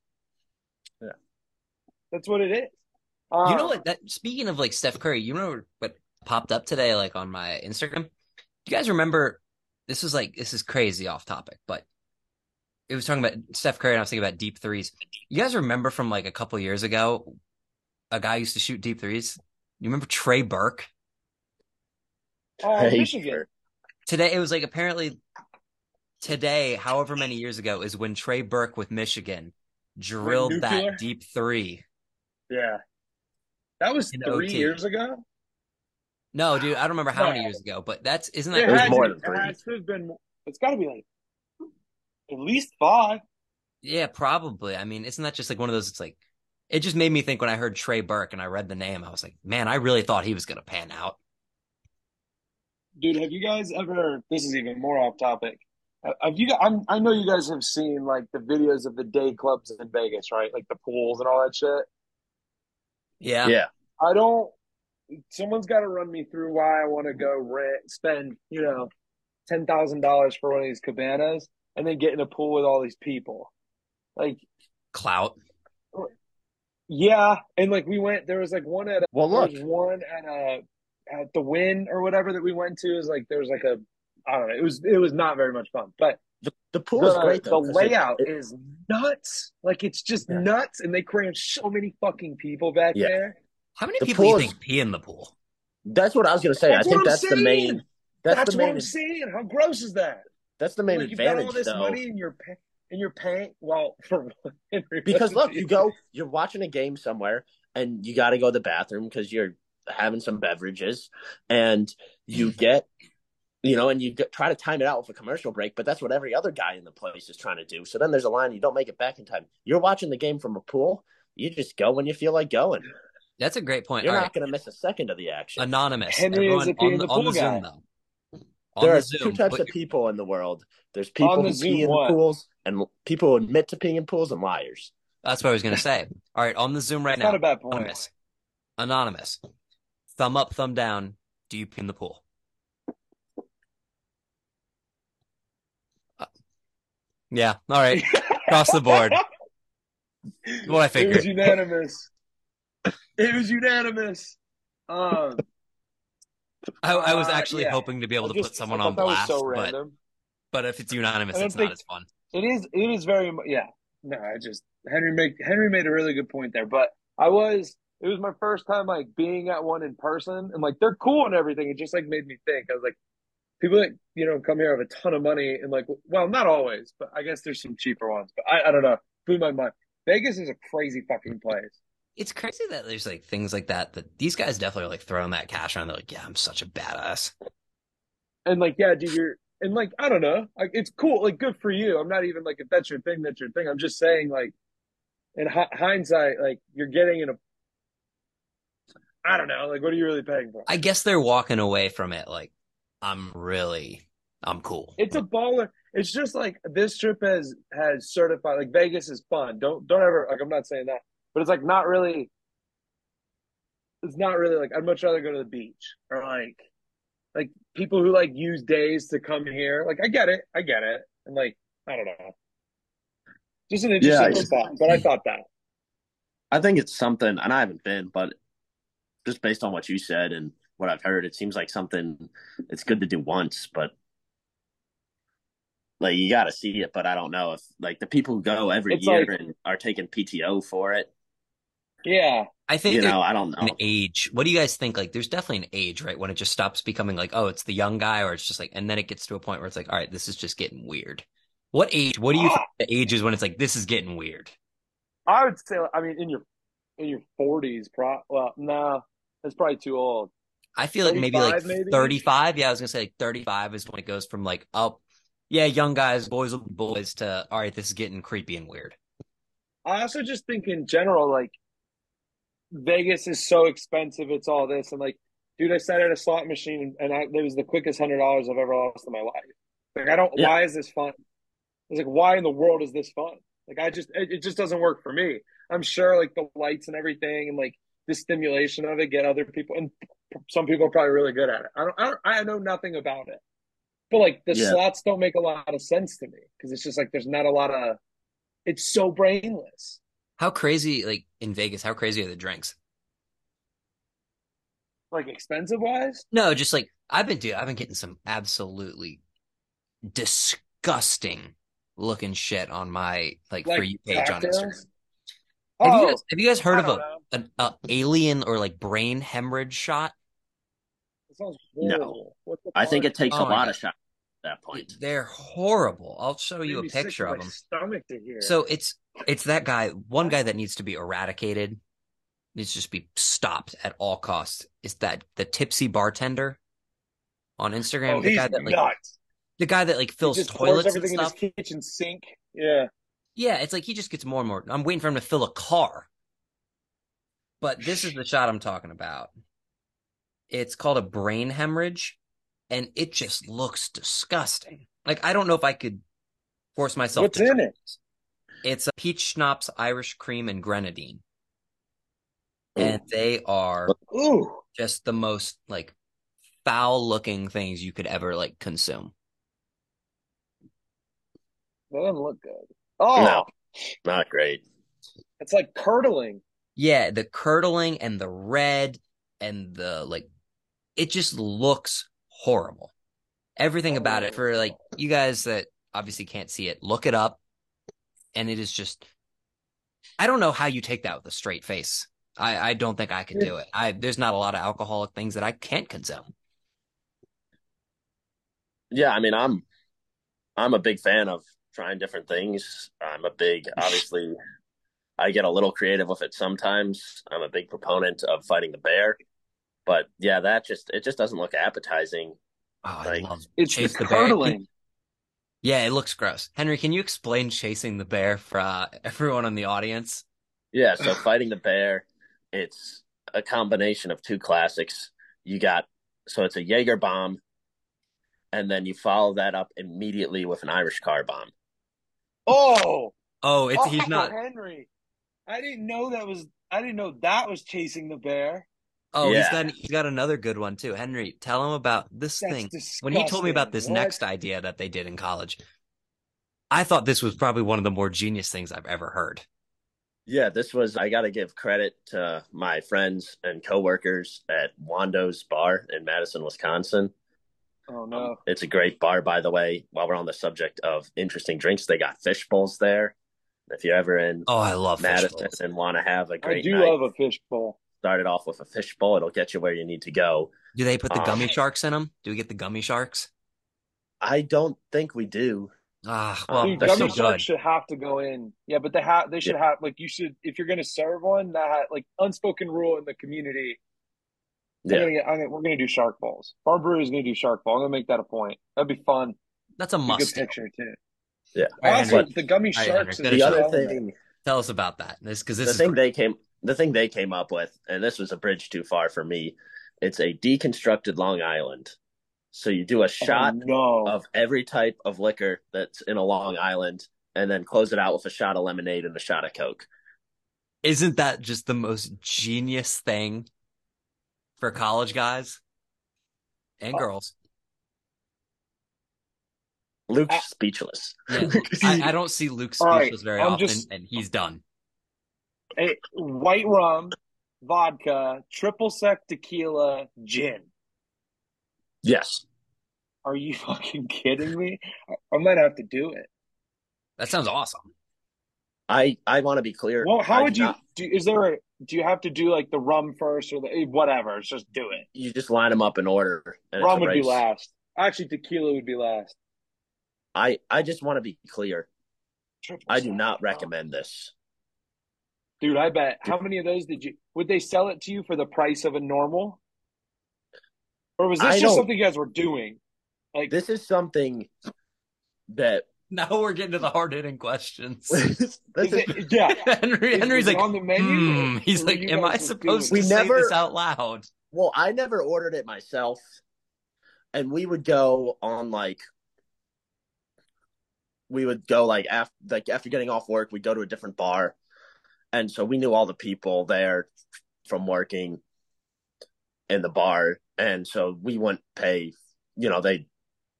That's what it is. Um,
you know what? That speaking of like Steph Curry, you know what popped up today, like on my Instagram. Do you guys remember? This was like this is crazy off topic, but it was talking about Steph Curry, and I was thinking about deep threes. You guys remember from like a couple years ago, a guy used to shoot deep threes. You remember Trey Burke?
Oh,
Hey,
Michigan.
Today it was like apparently today, however many years ago, is when Trey Burke with Michigan drilled
nuclear?
that deep three.
Yeah, that was
In
three
OT.
years ago.
No, dude, I don't remember how
No.
many years ago, but that's isn't that
There
was
has
crazy?
more
to be-
than three.
there has to have been. It's got to be like at least five.
Yeah, probably. I mean, isn't that just like one of those? It's like it just made me think when I heard Trey Burke and I read the name, I was like, man, I really thought he was gonna pan out.
Dude, have you guys ever? This is even more off topic. Uh, Have you? I'm, I know you guys have seen like the videos of the day clubs in Vegas, right? Like the pools and all that shit.
Yeah,
Yeah.
I don't. Someone's got to run me through why I want to go rent, spend you know, ten thousand dollars for one of these cabanas, and then get in a pool with all these people. Like,
clout.
yeah, and like we went. There was like one at
Well,
There
Oh, look,
was one at a at the win or whatever that we went to is like there was like a I don't know. It was it was not very much fun, but
the, the
the,
pool is great.
the
Though, 'cause it-
layout
it-
is nuts. Like it's just
Yeah.
nuts, and they crammed so many fucking people back
Yeah.
there.
How many
The
people do you
pool is-
think pee in the pool?
that's what I was gonna say. I
That's what
think
I'm
that's the
saying.
main. That's,
That's
the
what
main.
I'm saying. How gross is that?
That's the main
like you've got all
advantage,
this
though.
money in your pa- in your paint. Well, for
Because look, you go, you're watching a game somewhere, and you got to go to the bathroom because you're having some beverages, and you
Mm.
get, you know, and you get, try to time it out with a commercial break. But that's what every other guy in the place is trying to do. So then there's a line you don't make it back in time. You're watching the game from a pool. You just go when you feel like going.
That's a great point.
You're
All
not
right,
going to miss a second of the action.
anonymous.
Henry is
Everyone
a pee
on
in
the,
the
on the
pool
Zoom
guy.
though. On
there
the
are
Zoom,
two types
put
of
your-
people in the world. There's people
the
who
Zoom,
pee in
what?
pools, and l- people who admit to peeing in pools, and liars.
That's what I was gonna say. All right, on the Zoom right
It's not
now,
a bad point.
anonymous, anonymous, thumb up, thumb down. Do you pee in the pool? Uh, yeah. All right. Across the board. What I
It was
figured.
unanimous. It was unanimous. Um,
I, I was
Uh,
actually
yeah.
hoping to be able to
just-
put someone
I thought
on
that was
blast,
so
but
random.
but if it's unanimous,
I don't
it's
think-
not as fun.
It is. It is very. mu- Yeah. No, I just Henry make Henry made a really good point there. But I was. It was my first time like being at one in person, and like they're cool and everything. It just like made me think. I was like, people that you know come here have a ton of money, and like, well, not always, but I guess there's some cheaper ones. But I, I don't know. Blew my mind. Vegas is a crazy fucking place.
It's crazy that there's like things like that that these guys definitely are like throwing that cash around. They're like, yeah, I'm such a badass.
and like yeah dude you're and like i don't know like it's cool like good for you i'm not even like if that's your thing that's your thing i'm just saying like in hi- hindsight like you're getting in a i don't know like what are you really paying for
I guess they're walking away from it like I'm really I'm cool.
it's a baller it's just like this trip has has certified like vegas is fun don't don't ever like i'm not saying that but it's like not really it's not really like i'd much rather go to the beach or like like people who like use days to come here like i get it i get it and like i don't know just an interesting
Yeah, I
little
just-
thought but i thought that
I think it's something, and I haven't been, but just based on what you said and what I've heard, it seems like something it's good to do once, but like you got to see it. But I don't know if like the people who go every
It's
year
like-
and are taking PTO for it,
yeah
I think
you
there's
know, I don't
an
know.
age. What do you guys think? Like there's definitely an age, right? When it just stops becoming like, oh, it's the young guy or it's just like and then it gets to a point where it's like, all right, this is just getting weird. What age? What do you think the age is when it's like this is getting weird?
i would say i mean in your in your 40s pro well nah that's probably too old
I feel like maybe like
35, maybe?
35. Yeah, I was gonna say like 35 is when it goes from like up, yeah, young guys, boys will be boys to all right, this is getting creepy and weird.
I also just think in general, like Vegas is so expensive. It's all this, and like, dude, I sat at a slot machine, and I, it was the quickest hundred dollars I've ever lost in my life. Like, I don't.
Yeah.
Why is this fun? It's like, why in the world is this fun? Like, I just, it, it just doesn't work for me. I'm sure, like the lights and everything, and like the stimulation of it, get other people, and some people are probably really good at it. I don't, I, don't, I know nothing about it, but like the
Yeah.
slots don't make a lot of sense to me because it's just like there's not a lot of. It's so brainless.
How crazy, like in Vegas, how crazy are the drinks?
like expensive wise.
No, just like I've been doing, I've been getting some absolutely disgusting looking shit on my like, for you page on Instagram. Have,
Oh,
you guys, have you guys heard of a, an a alien or like brain hemorrhage shot?
horrible. I think it takes
Oh
a
my
lot
God.
of shots at that point.
They're horrible. I'll show you a picture of them.
Stomach to hear.
So it's it's that guy, one guy that needs to be eradicated. needs to just be stopped at all costs is that the tipsy bartender on Instagram,
oh,
the
he's
guy that like
nuts.
the guy that like fills
he just pours
toilets and
everything
stuff.
in his kitchen sink. Yeah,
Yeah, it's like he just gets more and more. I'm waiting for him to fill a car. But this is the shot I'm talking about. It's called a brain hemorrhage, and it just looks disgusting. Like I don't know if I could force myself
what's
to
in it?
it's a peach schnapps, Irish cream, and grenadine. And they are
Ooh,
just the most like foul looking things you could ever like consume.
that doesn't look good. Oh,
No. Not great.
it's like curdling.
Yeah, the curdling and the red and the like, it just looks horrible. Everything about it for like you guys that obviously can't see it, look it up. And it is just, I don't know how you take that with a straight face. I, I don't think I could do it. I, there's not a lot of alcoholic things that I can't consume.
yeah i mean i'm i'm a big fan of trying different things i'm a big obviously i get a little creative with it sometimes i'm a big proponent of fighting the bear but yeah that just it just doesn't look appetizing
Oh, I
Like,
love
It's
Chase
the
the Bear.
curdling.
Yeah, it looks gross. Henry, can you explain chasing the bear for uh, everyone in the audience?
yeah so fighting the bear it's a combination of two classics you got so it's a jaeger bomb and then you follow that up immediately with an irish car bomb
Oh,
Oh, it's
oh,
he's not.
Henry. I didn't know that was. I didn't know that was chasing the bear.
Oh, he's
Yeah.
got he's got another good one too. Henry, tell him about this
That's
thing.
disgusting.
When he told me about this
What?
next idea that they did in college, I thought this was probably one of the more genius things I've ever heard.
Yeah, this was, I got to give credit to my friends and coworkers at Wando's Bar in Madison, Wisconsin.
Oh
um,
no!
It's a great bar, by the way. While we're on the subject of interesting drinks, they got fish bowls there. If you're ever in
Oh, I love fish
Madison
bowls.
and want to have a
I
great
do
night,
love a fishbowl.
start it off with a fish bowl. It'll get you where you need to go.
Do they put the
Um,
gummy sharks in them? Do we get the gummy sharks?
I don't think we do.
Ah,
Um,
well,
Dude,
they're so
Oh, gummy
good.
sharks should have to go in. Yeah, but they have. They should have. Like you should. If you're gonna serve one, that ha- like unspoken rule in the community.
Yeah.
I'm gonna get, I'm gonna, we're gonna do shark balls. Our brewery's gonna do shark ball. I'm gonna make that a point. That'd be fun.
That's a
Be a good
must.
picture too.
Yeah.
All right,
also,
Henry.
the gummy
All right, Henry,
sharks. is
The
finish
other
up.
irrelevant.
thing,
Tell us about that. This because this
the
is
thing
great.
they came the thing they came up with and this was a bridge too far for me it's a deconstructed long island so you do a shot
Oh, no.
of every type of liquor that's in a long island and then close it out with a shot of lemonade and a shot of coke
Isn't that just the most genius thing for college guys and girls?
luke's
Uh,
speechless
Yeah. I, I don't see Luke
All right,
speechless very
I'm
often,
just-
and he's done.
Hey, white rum, vodka, triple sec tequila, gin.
yes
Are you fucking kidding me? I, I might have to do it.
That sounds awesome.
i i want to be clear
Well,
I
how would
do
you?
not-
Do, is there a? Do you have to do like the rum first or the eh, whatever? It's just do it.
you just line them up in order and it's
rum
a
would be
race.
last. Actually, tequila would be last.
i i just want to be clear
Triple
i do
sec.
not recommend this
Dude, I bet. How many of those did you? Would they sell it to you for the price of a normal? Or was this
I
just
don't-
something you guys were doing? Like
this is something that
Now we're getting to the hard hitting questions.
this
is
is
it, yeah.
Henry,
Is-
Henry's
was it
like,
on the menu.
"Hmm." he's
Or
like,
you
am
guys
I
just
supposed
doing
to say
We never-
this out loud?
Well, I never ordered it myself. And we would go on like we would go like after like after getting off work, we'd go to a different bar. And so we knew all the people there from working in the bar. And so we wouldn't pay you know, they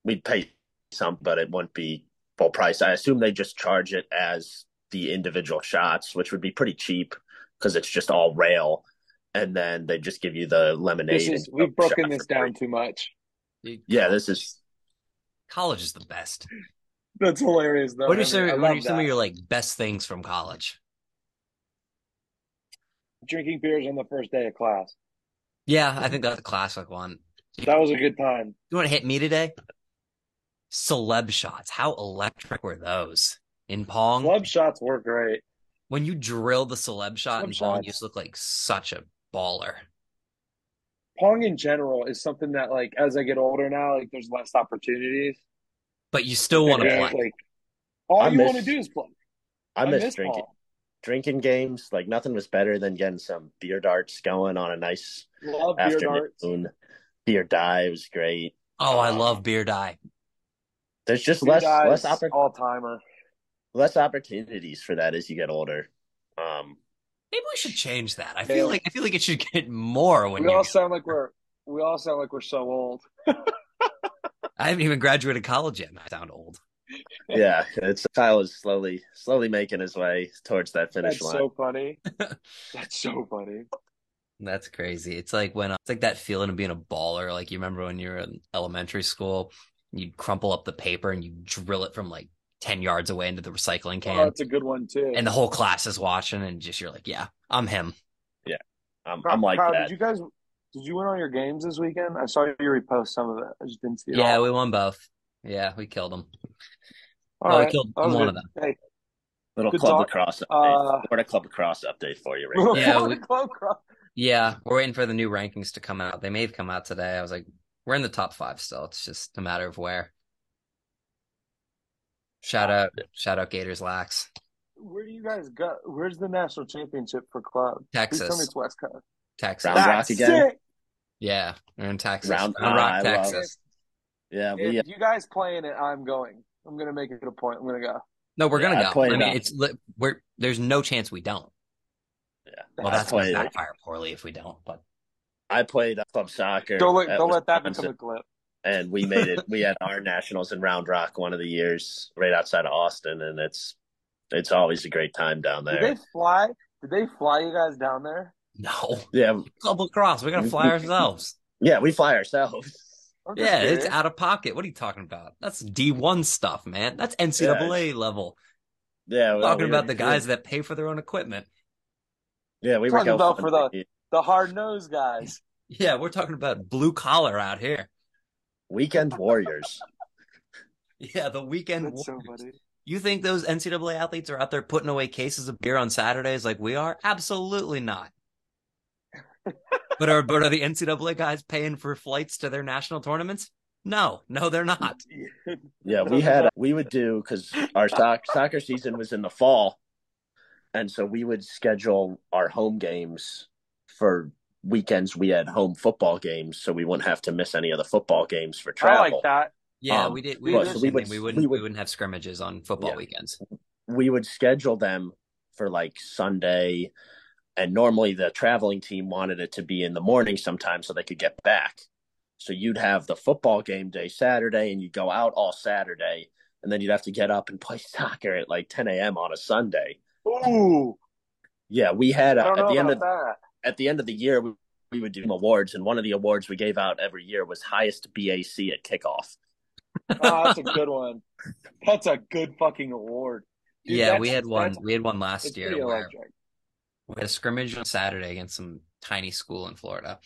we'd pay some, but it wouldn't be full price. I assume they just charge it as the individual shots, which would be pretty cheap because it's just all rail. And then they just give you the lemonade.
This is
and
we've
shot
broken this
for free.
down too much.
Yeah, this is
College is the best.
That's hilarious, though.
what
I
are
mean, I
some, what
love
are some
that.
of your like best things from college?
drinking beers on the first day of class?
Yeah, I think that's a classic one.
That was a good time.
You want to hit me today? Celeb shots. How electric were those in Pong?
Club shots were great.
when you drill the celeb shot and
Celeb
Bong
shot.
used to look like such a baller.
Pong in general is something that, like, as I get older now, like, there's less opportunities.
But you still want to
Yeah,
play.
Like, all
I
you
miss-
want to do is play.
I miss, drinking
Pong.
drinking games. Like nothing was better than getting some beer darts going on a nice
Love beer
afternoon.
darts.
Beer dives, great.
Oh, I love beer dye.
There's just
Beer
less
dives,
less oppor-
all timer.
less opportunities for that as you get older. Um,
Maybe we should change that. I
Yeah.
feel like I feel like it should get more when
We
you.
all sound like we're we all sound like we're so old.
I haven't even graduated college yet. and I sound old.
yeah, it's Kyle is slowly slowly making his way towards that finish
That's
line.
so funny. That's so funny.
That's crazy. It's like when it's like that feeling of being a baller. Like you remember when you were in elementary school, you'd crumple up the paper and you drill it from like ten yards away into the recycling can,
Oh, that's a good one too.
and the whole class is watching, and just you're like, "Yeah, I'm him."
I'm,
Kyle-
I'm like
Kyle,
that.
Did you guys? Did you win all your games this weekend? I saw you repost some of it. I just didn't see it.
Yeah,
all.
we won both. Yeah, we killed him.
All
oh,
right.
we killed
That was
one of
good.
them.
Hey,
Little
Good
club
talk.
lacrosse update.
Uh,
Florida club lacrosse update for you. Rick.
little
Yeah,
Florida
we-
Club Cross.
Yeah, we're waiting for the new rankings to come out. They may have come out today. I was like, we're in the top five still. It's just a matter of where. Shout out, shout out Gators Lax,
Where do you guys go? Where's the national championship for club? Please tell me
Texas,
it's West Coast.
Texas.
Round Rock
That's
again?
it.
Yeah, we're in Texas,
Round-
Round Rock,
Ah, I love
Texas.
Yeah, we,
If you guys playing it, I'm going. I'm gonna make it a point. I'm gonna go.
No, we're
Yeah,
gonna
I
go. I
played
mean,
that.
it's li- we're there's no chance we don't. Well,
I
that's gonna
played it.
backfire poorly if we don't. But
I played uh, club soccer.
Don't let
at
don't let that become
Wisconsin,
a clip.
and we made it. We had our nationals in Round Rock one of the years, right outside of Austin, and it's it's always a great time down
Did
there.
they fly? Did they fly you guys down there?
no,
Yeah,
Club Lacrosse, we're gonna fly ourselves.
yeah, we fly ourselves.
I'm just
Yeah, it's
curious.
out of pocket. What are you talking about? That's D one stuff, man. That's NCAA level.
Oh,
Yeah, well,
Talking
we
about
were-
the guys that pay for their own equipment.
Yeah, we
Talking
were
about
GoFundMe.
for the- the hard nosed guys.
Yeah, we're talking about blue collar out here.
weekend warriors.
Yeah, the weekend.
That's so
warriors.
funny.
You think those NCAA athletes are out there putting away cases of beer on Saturdays like we are? Absolutely not. but are but are the NCAA guys paying for flights to their national tournaments? No, no, they're not.
Yeah, we had we would do because our soc- soccer season was in the fall, and so we would schedule our home games for weekends. We had home football games, so we wouldn't have to miss any of the football games for
I
travel.
like that.
Yeah,
Um,
we did. We,
well,
did the
so we
same
would-
thing. we wouldn't. We,
we would-
wouldn't have scrimmages on football
Yeah.
weekends.
we would schedule them for like Sunday. And normally the traveling team wanted it to be in the morning sometime so they could get back. So you'd have the football game day Saturday and you'd go out all Saturday. And then you'd have to get up and play soccer at like 10 a.m. on a Sunday.
Ooh,
Yeah, we had
I
uh,
don't
at
know
the end
about
of
that.
at the end of the year we, we would do awards, and one of the awards we gave out every year was highest BAC at kickoff.
Oh, that's a good one. That's a good fucking award. Dude,
yeah,
that's-
we had one.
that's-
We had one
It's
last
pretty uh,
year where
electric.
we had a scrimmage on Saturday against some tiny school in Florida.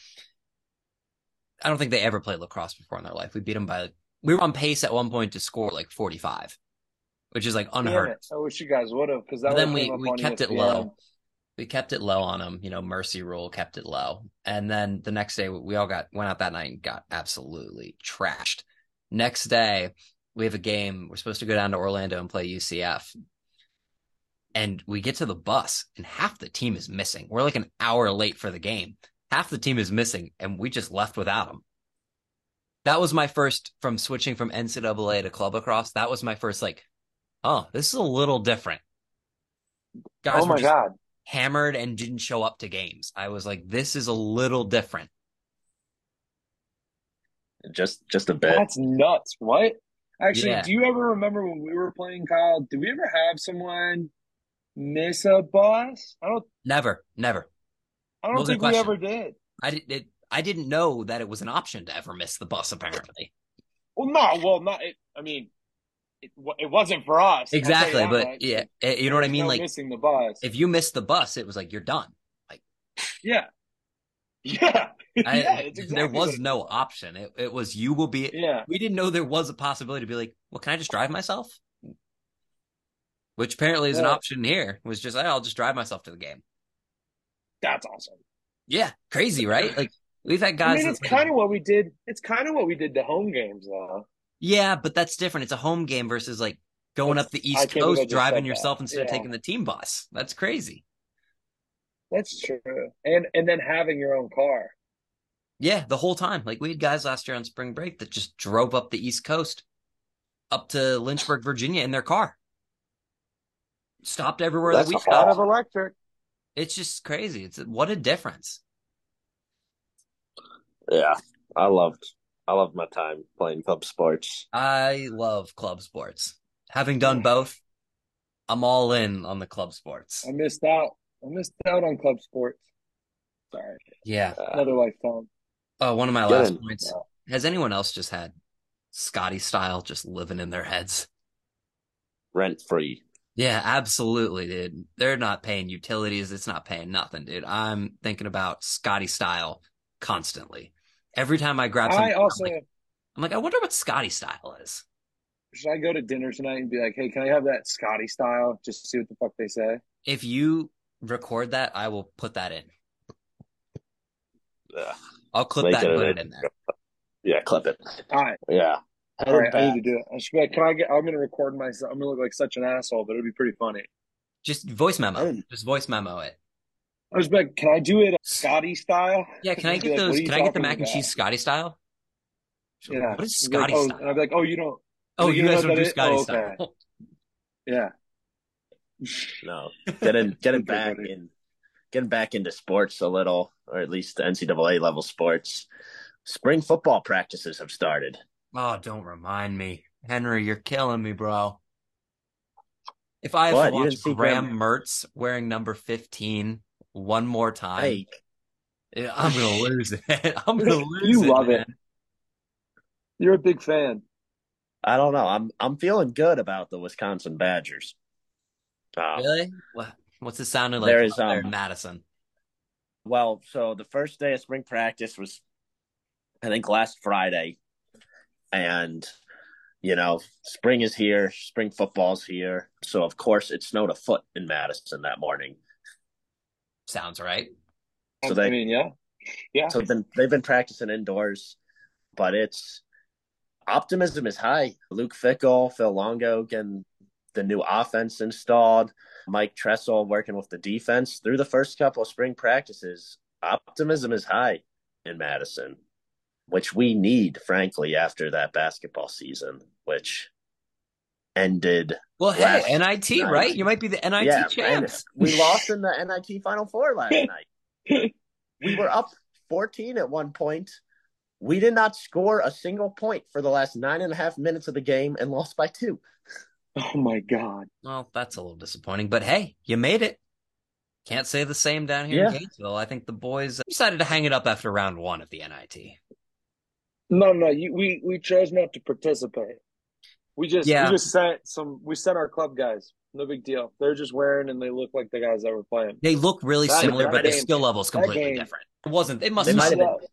I don't think they ever played lacrosse before in their life. We beat them by. We were on pace at one point to score like forty-five, which is like
Damn
unheard. of.
it. I wish you guys would have because that
But
would've
then we,
came up
we
on E
kept it
ESPN.
low. We kept it low on them. You know, mercy rule kept it low. And then the next day, we all got went out that night and got absolutely trashed. Next day, we have a game. We're supposed to go down to Orlando and play UCF. And we get to the bus, and half the team is missing. We're like an hour late for the game. Half the team is missing, and we just left without them. That was my first from switching from NCAA to club across. That was my first like, oh, this is a little different. Guys
Oh
were
my
just
god.
hammered and didn't show up to games. I was like, this is a little different.
Just just a bit.
That's nuts. What? Actually,
Yeah.
do you ever remember when we were playing, Kyle? Did we ever have someone miss a bus? I don't.
Never, never.
I
What
don't
was the
think we
question?
ever did.
I didn't. It, I didn't know that it was an option to ever miss the bus. Apparently,
Well, no. Well, not. It, I mean, it, wa- it wasn't for us. I'll tell you
exactly.
that
But
much.
yeah, eh, you know what I
There's
mean.
no
Like,
missing the bus.
if you missed the bus, it was like you're done.
yeah. Yeah.
I,
yeah. It's exactly
there
what
was
it-
no option. It, it was you will be.
Yeah.
We didn't know there was a possibility to be like, well, can I just drive myself? which apparently is an
Yeah.
option here. Was just "Hey, I'll just drive myself to the game.
That's awesome.
Yeah, crazy, right? Like we've had guys.
I mean,
that-
it's kind of what we did. It's kind of what we did to home games, though.
yeah, but that's different. It's a home game versus like going up the
I
East
can't believe I
Coast,
just
driving
said
yourself
that.
instead of
Yeah.
taking the team bus. That's crazy.
That's true. And and then having your own car.
Yeah, the whole time. Like we had guys last year on spring break that just drove up the East Coast, up to Lynchburg, Virginia, in their car. Stopped everywhere that
That's
we
a lot
stopped.
of electric.
It's just crazy. It's what a difference.
Yeah, I loved I loved my time playing club sports.
I love club sports. Having done both, I'm all in on the club sports.
I missed out. I missed out on club sports. Sorry,
Yeah.
Uh,
another lifetime.
Oh, one of my
Get
last
in.
points. Has anyone else just had Scotty style just living in their heads?
rent free.
Yeah, absolutely, dude. They're not paying utilities. It's not paying nothing, dude. I'm thinking about Scotty style constantly. Every time I grab something,
I also
I'm, like, I'm like, I wonder what Scotty style is.
should I go to dinner tonight and be like, "Hey, can I have that Scotty style?" Just to see what the fuck they say.
If you record that, I will put that in.
Yeah,
I'll clip
Make
that and
it
put
an
it in there.
yeah, clip it.
All right,
Yeah,
all right. I need to do it. I should be like, "Can I get?" I'm gonna record myself. I'm gonna look like such an asshole, but it'd be pretty funny.
Just voice memo.
Hey.
Just voice memo it.
I was like, "Can I do it Scotty style?"
Yeah, can I
They'd
get
be like,
those?
"What are you
Can I get the
talking
mac and
about?"
cheese Scotty style?
Yeah.
What is
They'd be like,
Scotty
oh,
style?
And I'd be like, "Oh, you don't."
oh,
you
you
know
guys don't
what that
do
is?
Scotty
Oh,
style.
Yeah.
no, getting getting
Okay,
back
buddy.
in, getting back into sports a little, or at least the NCAA level sports. Spring football practices have started.
Oh, don't remind me, Henry. You're killing me, bro. If I have
What?
to
You didn't
watch
see
Graham
Graham-
Mertz wearing number fifteen one more time,
Hey,
yeah, I'm gonna lose it. I'm gonna lose
You
it.
love it.
man.
You're a big fan.
I don't know. I'm I'm feeling good about the Wisconsin Badgers. Uh,
Really? What- What's it sounding like
There is,
up there in
um,
Madison?
Well, so the first day of spring practice was, I think, last Friday, and you know, spring is here. Spring football's here. So of course, it snowed a foot in Madison that morning.
Sounds right.
So
I
they-
mean, yeah. Yeah.
So then they've been practicing indoors, but it's optimism is high. Luke Fickle, Phil Longo getting the new offense installed. Mike Tressel working with the defense through the first couple of spring practices. Optimism is high in Madison, which we need, frankly, after that basketball season, which ended.
Well, hey,
Last
NIT,
night.
right? You might be the NIT
yeah,
champs.
and we lost in the NIT Final Four last night. we were up 14 at one point. We did not score a single point for the last nine and a half minutes of the game and lost by two.
Oh my god.
Well, that's a little disappointing, but hey, you made it. Can't say the same down here in
Yeah.
Gainesville. I think the boys uh, decided to hang it up after round one of the NIT.
No, no. You, we we chose not to participate. We just
Yeah.
we just sent some. We sent our club guys. No big deal. They're just wearing and they look like the guys that were playing.
They look really
That-
similar,
that
but their
game-
skill level's completely
game-
different. It wasn't. It must
They
have.
might have been-
UCF.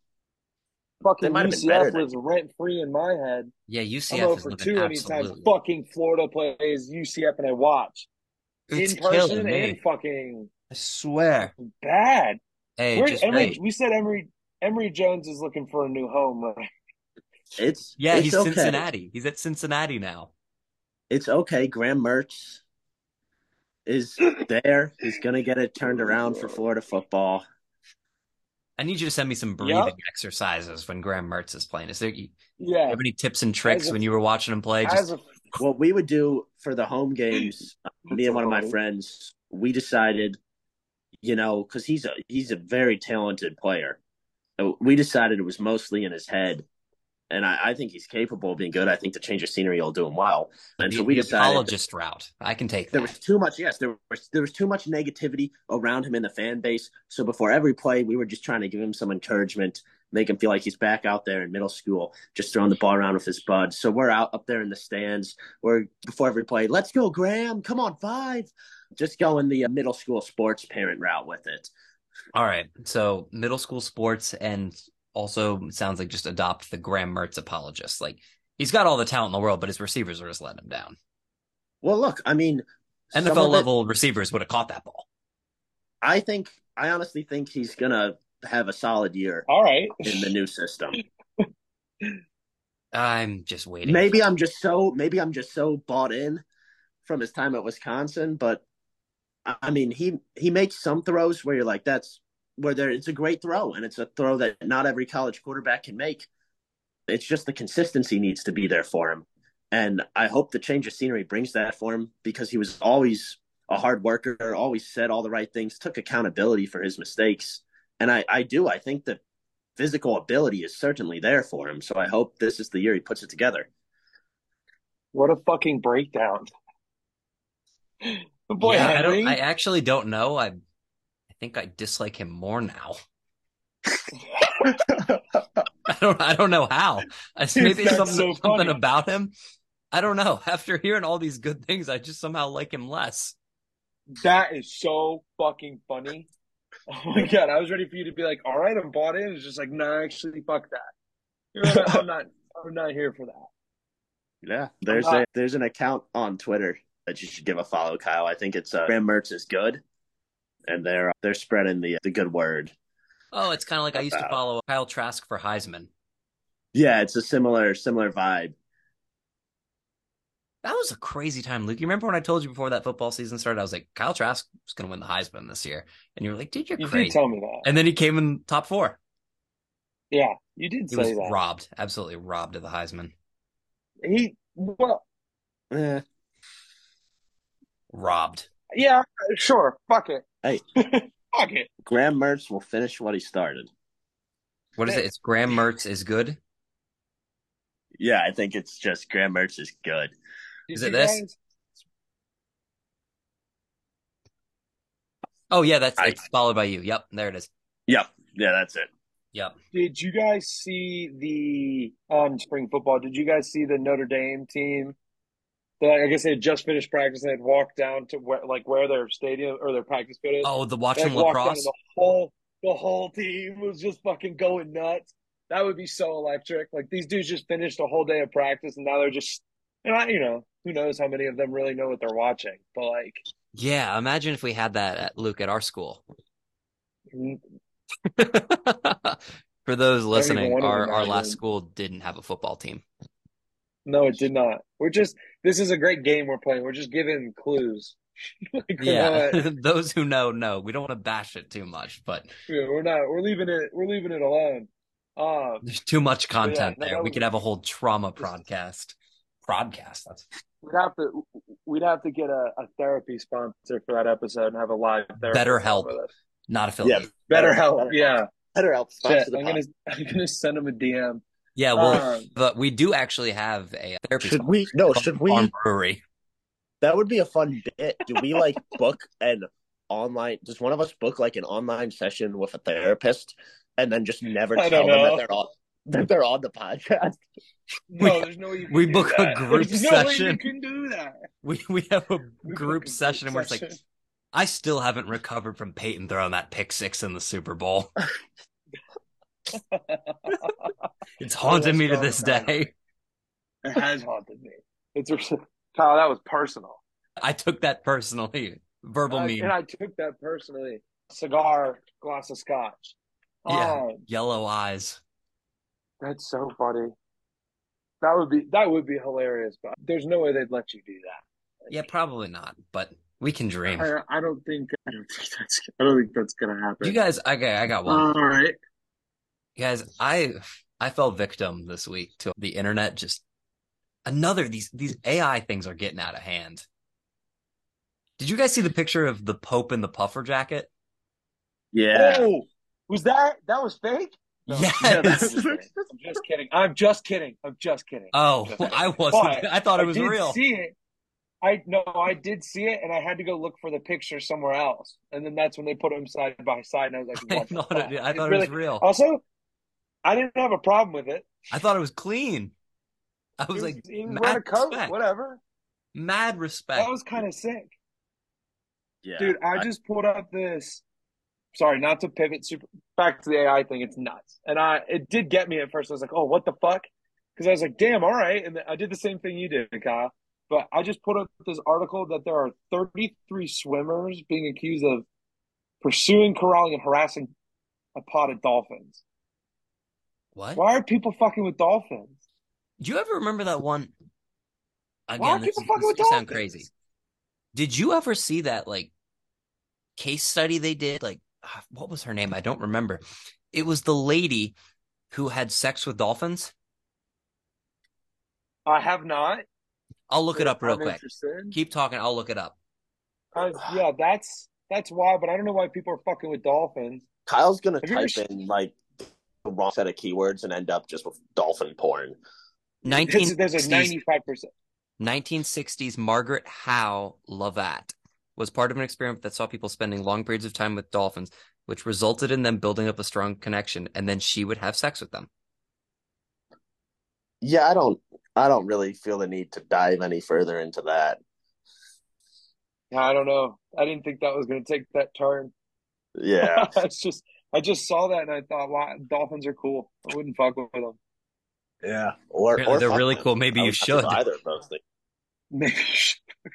Fucking
they might have been better
UCF
than-
lives rent free in my head.
yeah,
I'm
UCF
over
is
for
living
two anytime
absolutely.
fucking Florida plays UCF and I watch
It's
in person eh?
killing me.
and fucking
I swear.
bad.
Hey,
Where-
just
Emory,
wait.
we said Emory Emory Jones is looking for a new home. Right?
It's
Yeah,
it's
he's
okay.
Cincinnati. He's at Cincinnati now.
It's okay. Graham Mertz is there. He's gonna get it turned around for Florida football.
I need you to send me some breathing exercises when Graham Mertz is playing. Is there you
Yeah.
have any tips and tricks
As a-
when you were watching him play? Just
As a
What we would do for the home games, uh, me and one of my friends, we decided, you know, because he's a he's a very talented player. We decided it was mostly in his head, and I, I think he's capable of being good. I think the change of scenery will do him well. And
the,
so we
the
decided
apologist route. I can take
there
that.
was too much. Yes, there was there was too much negativity around him in the fan base. So before every play, we were just trying to give him some encouragement, make him feel like he's back out there in middle school, just throwing the ball around with his bud. So we're out up there in the stands. We're before every play, let's go, Graham! Come on, five! Just going the uh, middle school sports parent route with it.
All right. So middle school sports and also sounds like just adopt the Graham Mertz apologist. Like he's got all the talent in the world, but his receivers are just letting him down.
Well, look, I mean, Some of
NFL
it-
level receivers would have caught that ball.
I think I honestly think he's gonna have a solid year
All right.
in the new system.
I'm just waiting.
Maybe I'm just so maybe I'm just so bought in from his time at Wisconsin, but I I mean he he makes some throws where you're like that's where there it's a great throw and it's a throw that not every college quarterback can make. It's just the consistency needs to be there for him. And I hope the change of scenery brings that for him because he was always a hard worker, always said all the right things, took accountability for his mistakes. And I, I do. I think that physical ability is certainly there for him. So I hope this is the year he puts it together.
What a fucking breakdown. But boy,
Yeah, I,
Henry,
don't, I actually don't know. I, I think I dislike him more now. I don't. I don't know how. I, maybe
that's
something,
so funny.
something about him. I don't know. After hearing all these good things, I just somehow like him less.
that is so fucking funny. Oh my god, I was ready for you to be like, all right, I'm bought in. It's just like, no, actually, fuck that. You're right, I'm not. I'm not here for that.
Yeah, there's a there's an account on Twitter that you should give a follow, Kyle. I think it's uh, Graham Mertz is good, and they're they're spreading the the good word.
Oh, it's kind of like I used to
About-
follow Kyle Trask for Heisman.
Yeah, it's a similar similar vibe.
That was a crazy time, Luke. You remember when I told you before that football season started? I was like, Kyle Trask is going to win the Heisman this year, and you were like, "Dude, you're
You did
crazy."
tell me that.
And then he came in top four.
Yeah, you did
He
say
was
that.
robbed, absolutely robbed of the Heisman.
He well,
Eh,
Robbed.
yeah, sure. Fuck it.
Hey.
fuck it.
Graham Mertz will finish what he started.
What is it? It's Graham Mertz is good.
Yeah, I think it's just Graham Mertz is good.
Did
Is it
you
this?
guys-
Oh yeah, that's
I-
it's followed by you. Yep, there it is.
Yep, yeah, that's it.
Yep.
Did you guys see the on spring football? Did you guys see the Notre Dame team? They- I guess they had just finished practice. They had walked down to where, like where their stadium or their practice field is.
Oh, the
They,
watching
like, walked down, and
lacrosse.
the whole the whole team was just fucking going nuts. That would be so electric. Like these dudes just finished a whole day of practice, and now they're just, and I, you know, who knows how many of them really know what they're watching? But like,
Yeah, imagine if we had that at Luke at our school.
n-
For those listening,
want to
our our
imagine.
last school didn't have a football team.
no, it did not. We're just this is a great game we're playing. We're just giving clues. like, we're
Yeah,
not-
those who know know. We don't want to bash it too much, but
Yeah, we're not. We're leaving it. We're leaving it alone. Um,
there's too much content
no,
there. We
that was-
could have a whole trauma podcast. Podcast. That's
we'd have to. We'd have to get a, a therapy sponsor for that episode and have a live therapy.
BetterHelp.
with us.
not affiliated.
Yeah.
Better help. Yeah.
Better help
Shit,
sponsor the
I'm gonna.
pod.
I'm gonna send him a DM.
Yeah, well,
Um, oh,
but we do actually have a therapy
Should
sponsor
we? No,
called
should we?
Farm Brewery.
That would be a fun bit. Do we like book an online? Does one of us book like an online session with a therapist and then just never
I
tell them
don't know.
that they're on that they're on the podcast?
no, there's no. way You can
we
do
book a
that.
group
There's No way
session.
you can do that.
We we have a
We book a
group session where it's like
session.
I still haven't recovered from Peyton throwing that pick six in the Super Bowl. It's haunting me to this day.
it has haunted me. It's Kyle. That was personal.
I took that personally. Verbal
I- and
meme,
Uh, I took that personally. Cigar, glass of scotch.
Yeah.
Um,
yellow eyes.
That's so funny. That would be that would be hilarious, but there's no way they'd let you do
Yeah, probably not, but we can dream.
that. I, I don't think I don't think that's I don't think that's gonna happen. Uh,
You guys, okay, I got one.
All right.
You guys, I I fell victim this week to the internet. Just another these these AI things are getting out of hand. Did you guys see the picture of the Pope in the puffer jacket?
Yeah.
Oh, was that that was fake?
Yes.
yeah, that's- I'm just kidding. I'm just kidding. I'm just kidding.
Oh, I wasn't.
But
I thought it was
I did
real.
See it. I no, I did see it, and I had to go look for the picture somewhere else, and then that's when they put them side by side, and I was like,
I
what the
thought, it,
fuck?
I
It's
thought
really- Oh.
it was real.
Also, I didn't have a problem with it.
I thought it was clean. I
He
was like,
he was wearing a
mad
coat,
respect.
whatever.
Mad respect.
That was kind of sick,
Yeah.
dude. I just pulled up this. Sorry, not to pivot super back to the AI thing. It's nuts, and I it did get me at first. I was like, oh, what the fuck? Because I was like, damn, all right. And I did the same thing you did, Kyle. But I just put up this article that there are 33 swimmers being accused of pursuing, corralling, and harassing a pod of dolphins.
What?
Why are people fucking with dolphins?
Do you ever remember that one? Again,
Why are
this
people
is-
fucking
this
with
could sound
dolphins?
crazy. Did you ever see that like case study they did? Like, ah, what was her name? I don't remember. It was the lady who had sex with dolphins.
I have not.
I'll look it up real
I'm
quick.
interested.
Keep talking. I'll look it up.
I- yeah, that's that's why. But I don't know why people are fucking with dolphins.
Kyle's gonna
Have you
type
ever s-
in like the wrong set of keywords and end up just with dolphin porn.
There's,
1960s,
there's a 95 percent.
1960s Margaret Howe Lavatt was part of an experiment that saw people spending long periods of time with dolphins, which resulted in them building up a strong connection, and then she would have sex with them.
Yeah, I don't I don't really feel the need to dive any further into that.
I don't know. I didn't think that was going to take that turn.
Yeah.
It's just I just saw that and I thought, wow, dolphins are cool. I wouldn't fuck with them.
yeah. Or,
Apparently
or
they're really
fucking.
cool. Maybe
I
you
would not do
should.
either of those things.
Maybe. you should fuck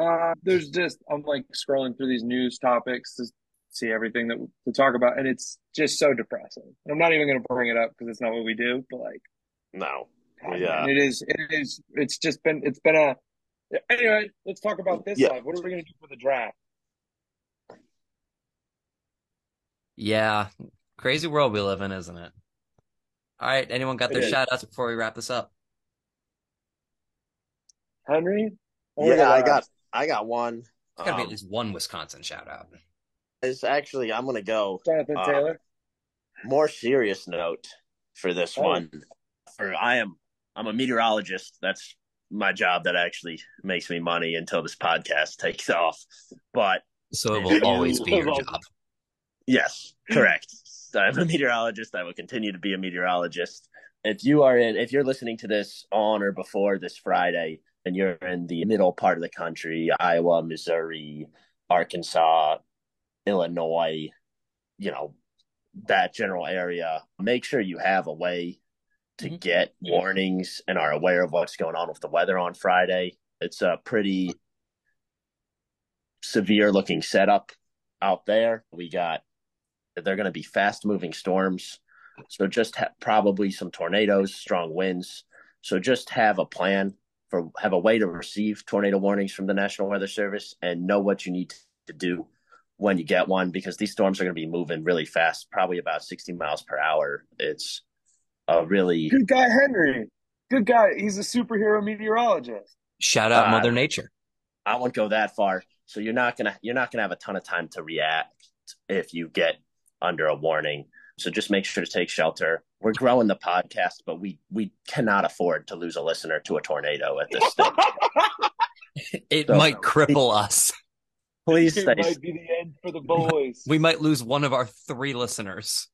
'em. Uh, there's just I'm like scrolling through these news topics to see everything that to talk about, and it's just so depressing. And I'm not even going to bring it up because it's not what we do. But like,
No.
God,
Yeah.
man, it is. It is. It's just been. It's been a. Anyway, let's talk about this
Yeah.
live. What are we going to do for the draft?
Yeah. Crazy world we live in, isn't it? All right. Anyone got
It
their
is.
shout outs before we wrap this up?
Henry? Oh Only
Yeah, I
last.
got I got one.
There's got to be at
Um,
least one Wisconsin shout out.
it's actually I'm gonna go
Jonathan
Uh,
Taylor.
more serious note for this
Oh.
one. For I am I'm a meteorologist. That's my job that actually makes me money until this podcast takes off. But
So it will always be your job.
Yes, correct. I'm a meteorologist. I will continue to be a meteorologist. If you are in, if you're listening to this on or before this Friday, and you're in the middle part of the country, Iowa, Missouri, Arkansas, Illinois, you know, that general area, make sure you have a way to
Mhm.
get warnings and are aware of what's going on with the weather on Friday. It's a pretty severe looking setup out there. We got they're going to be fast moving storms. So just ha- probably some tornadoes, strong winds. So just have a plan for have a way to receive tornado warnings from the National Weather Service and know what you need to do when you get one because these storms are going to be moving really fast, probably about 60 miles per hour. It's a really
Good guy, Henry. Good guy. He's a superhero meteorologist.
Shout out
Uh,
Mother Nature.
I won't go that far. So you're not gonna you're not gonna have a ton of time to react if you get under a warning. So just make sure to take shelter. We're growing the podcast, but we we cannot afford to lose a listener to a tornado at this stage.
It
so-
might cripple us.
Please
It
stay.
might be the end for the boys.
We might lose one of our three listeners.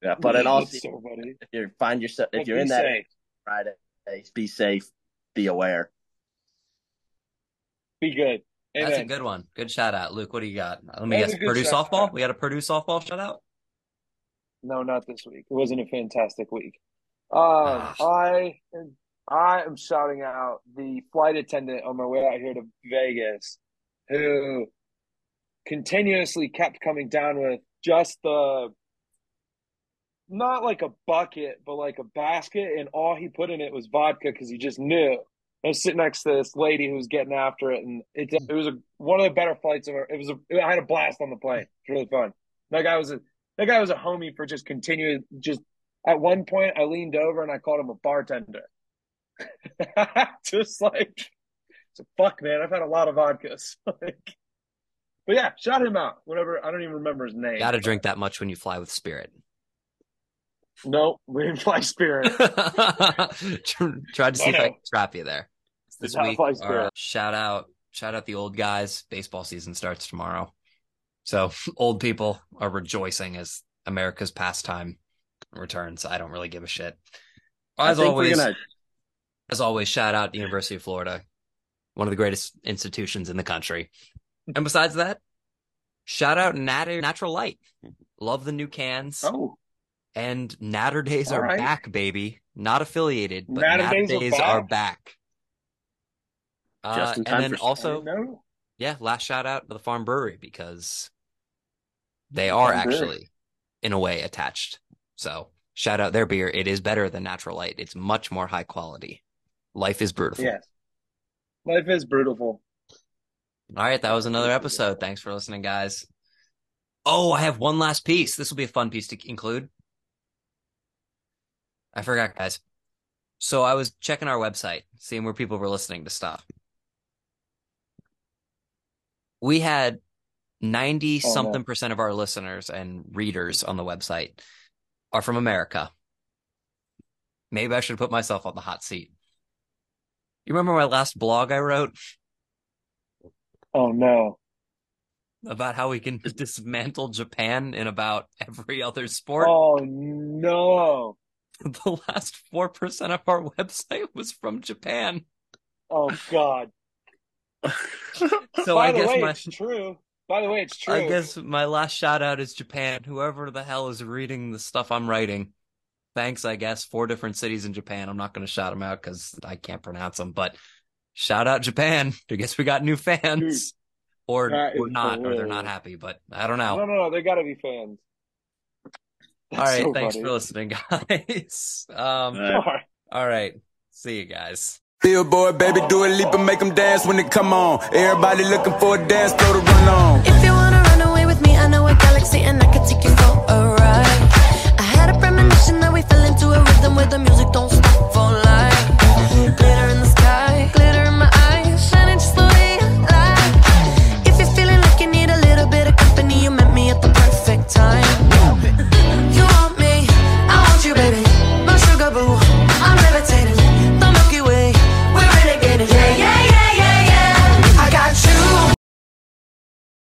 Yeah, but in all,
It's so funny.
if you find yourself if
But
you're
be
in that
safe.
Friday, be safe, be aware.
be good.
That's a
Amen.
good one. Good shout out. Luke, what do you got? Let me
That was
guess.
a good
Purdue
shout
softball?
out.
We got a Purdue softball shout out?
No, not this week. It wasn't a fantastic week.
Ah.
Um, I am, I am shouting out the flight attendant on my way out here to Vegas, who continuously kept coming down with just the not like a bucket, but like a basket, and all he put in it was vodka because he just knew. I was sitting next to this lady who was getting after it, and it it was a, one of the better flights of It was a, I had a blast on the plane. It's really fun. That guy was a that guy was a homie for just continuing. Just at one point, I leaned over and I called him a bartender. just like, so fuck, man. I've had a lot of vodkas. like, but yeah, shout him out. Whatever. I don't even remember his name.
Got to drink that much when you fly with Spirit.
No, we didn't fly Spirit.
Tr- Tried to see if I
Bueno.
could trap you there. This
Shout out
week,
Fly
our, uh,
Spirit.
shout out, shout out the old guys. Baseball season starts tomorrow, so old people are rejoicing as America's pastime returns. I don't really give a shit. As
I think
always,
we're gonna
as always, shout out the University of Florida, one of the greatest institutions in the country. and besides that, shout out Nat- Natural Light. Love the new cans.
Oh,
And Natter Days
All
are
right.
back, baby. Not affiliated, but Natter,
Natter Days
Days,
are
are back. Uh,
Just in
and
time
then
for-
So
also,
oh, no,
yeah, last shout out to the farm brewery because they are
Farm Brewery.
actually, in a way, attached. So shout out their beer. It is better than Natural Light. It's much more high quality. Life is beautiful.
yes, life is brutal.
All right, that was another episode. Thanks for listening, guys. Oh, I have one last piece. This will be a fun piece to include. I forgot, guys. So I was checking our website, seeing where people were listening to stuff. We had 90
Oh, no.
something percent of our listeners and readers on the website are from America. Maybe I should put myself on the hot seat. You remember my last blog I wrote?
Oh no,
about how we can dismantle Japan in about every other sport.
oh no,
The last 4% of our website was from Japan.
oh god.
So
By
I
the
guess
way,
my
it's true. By the way, it's true.
I guess my last shout out is Japan. Whoever the hell is reading the stuff I'm writing. Thanks, I guess. Four different cities in Japan. I'm not going to shout them out cuz I can't pronounce them, but shout out Japan. I guess we got new fans. Or,
that
or
is
not, or they're not
hilarious.
happy, but I don't
no,
know.
no, no. They got to be fans.
All right,
so
thanks
funny.
for listening, guys. Um,
Uh,
All right. See you guys.
Billboard, baby, do a leap and make them dance when it come on. Everybody looking for a dance floor to run on.
If you wanna run away with me, I know a galaxy and I could take you for a ride. I had a premonition that we fell into a rhythm where the music don't stop for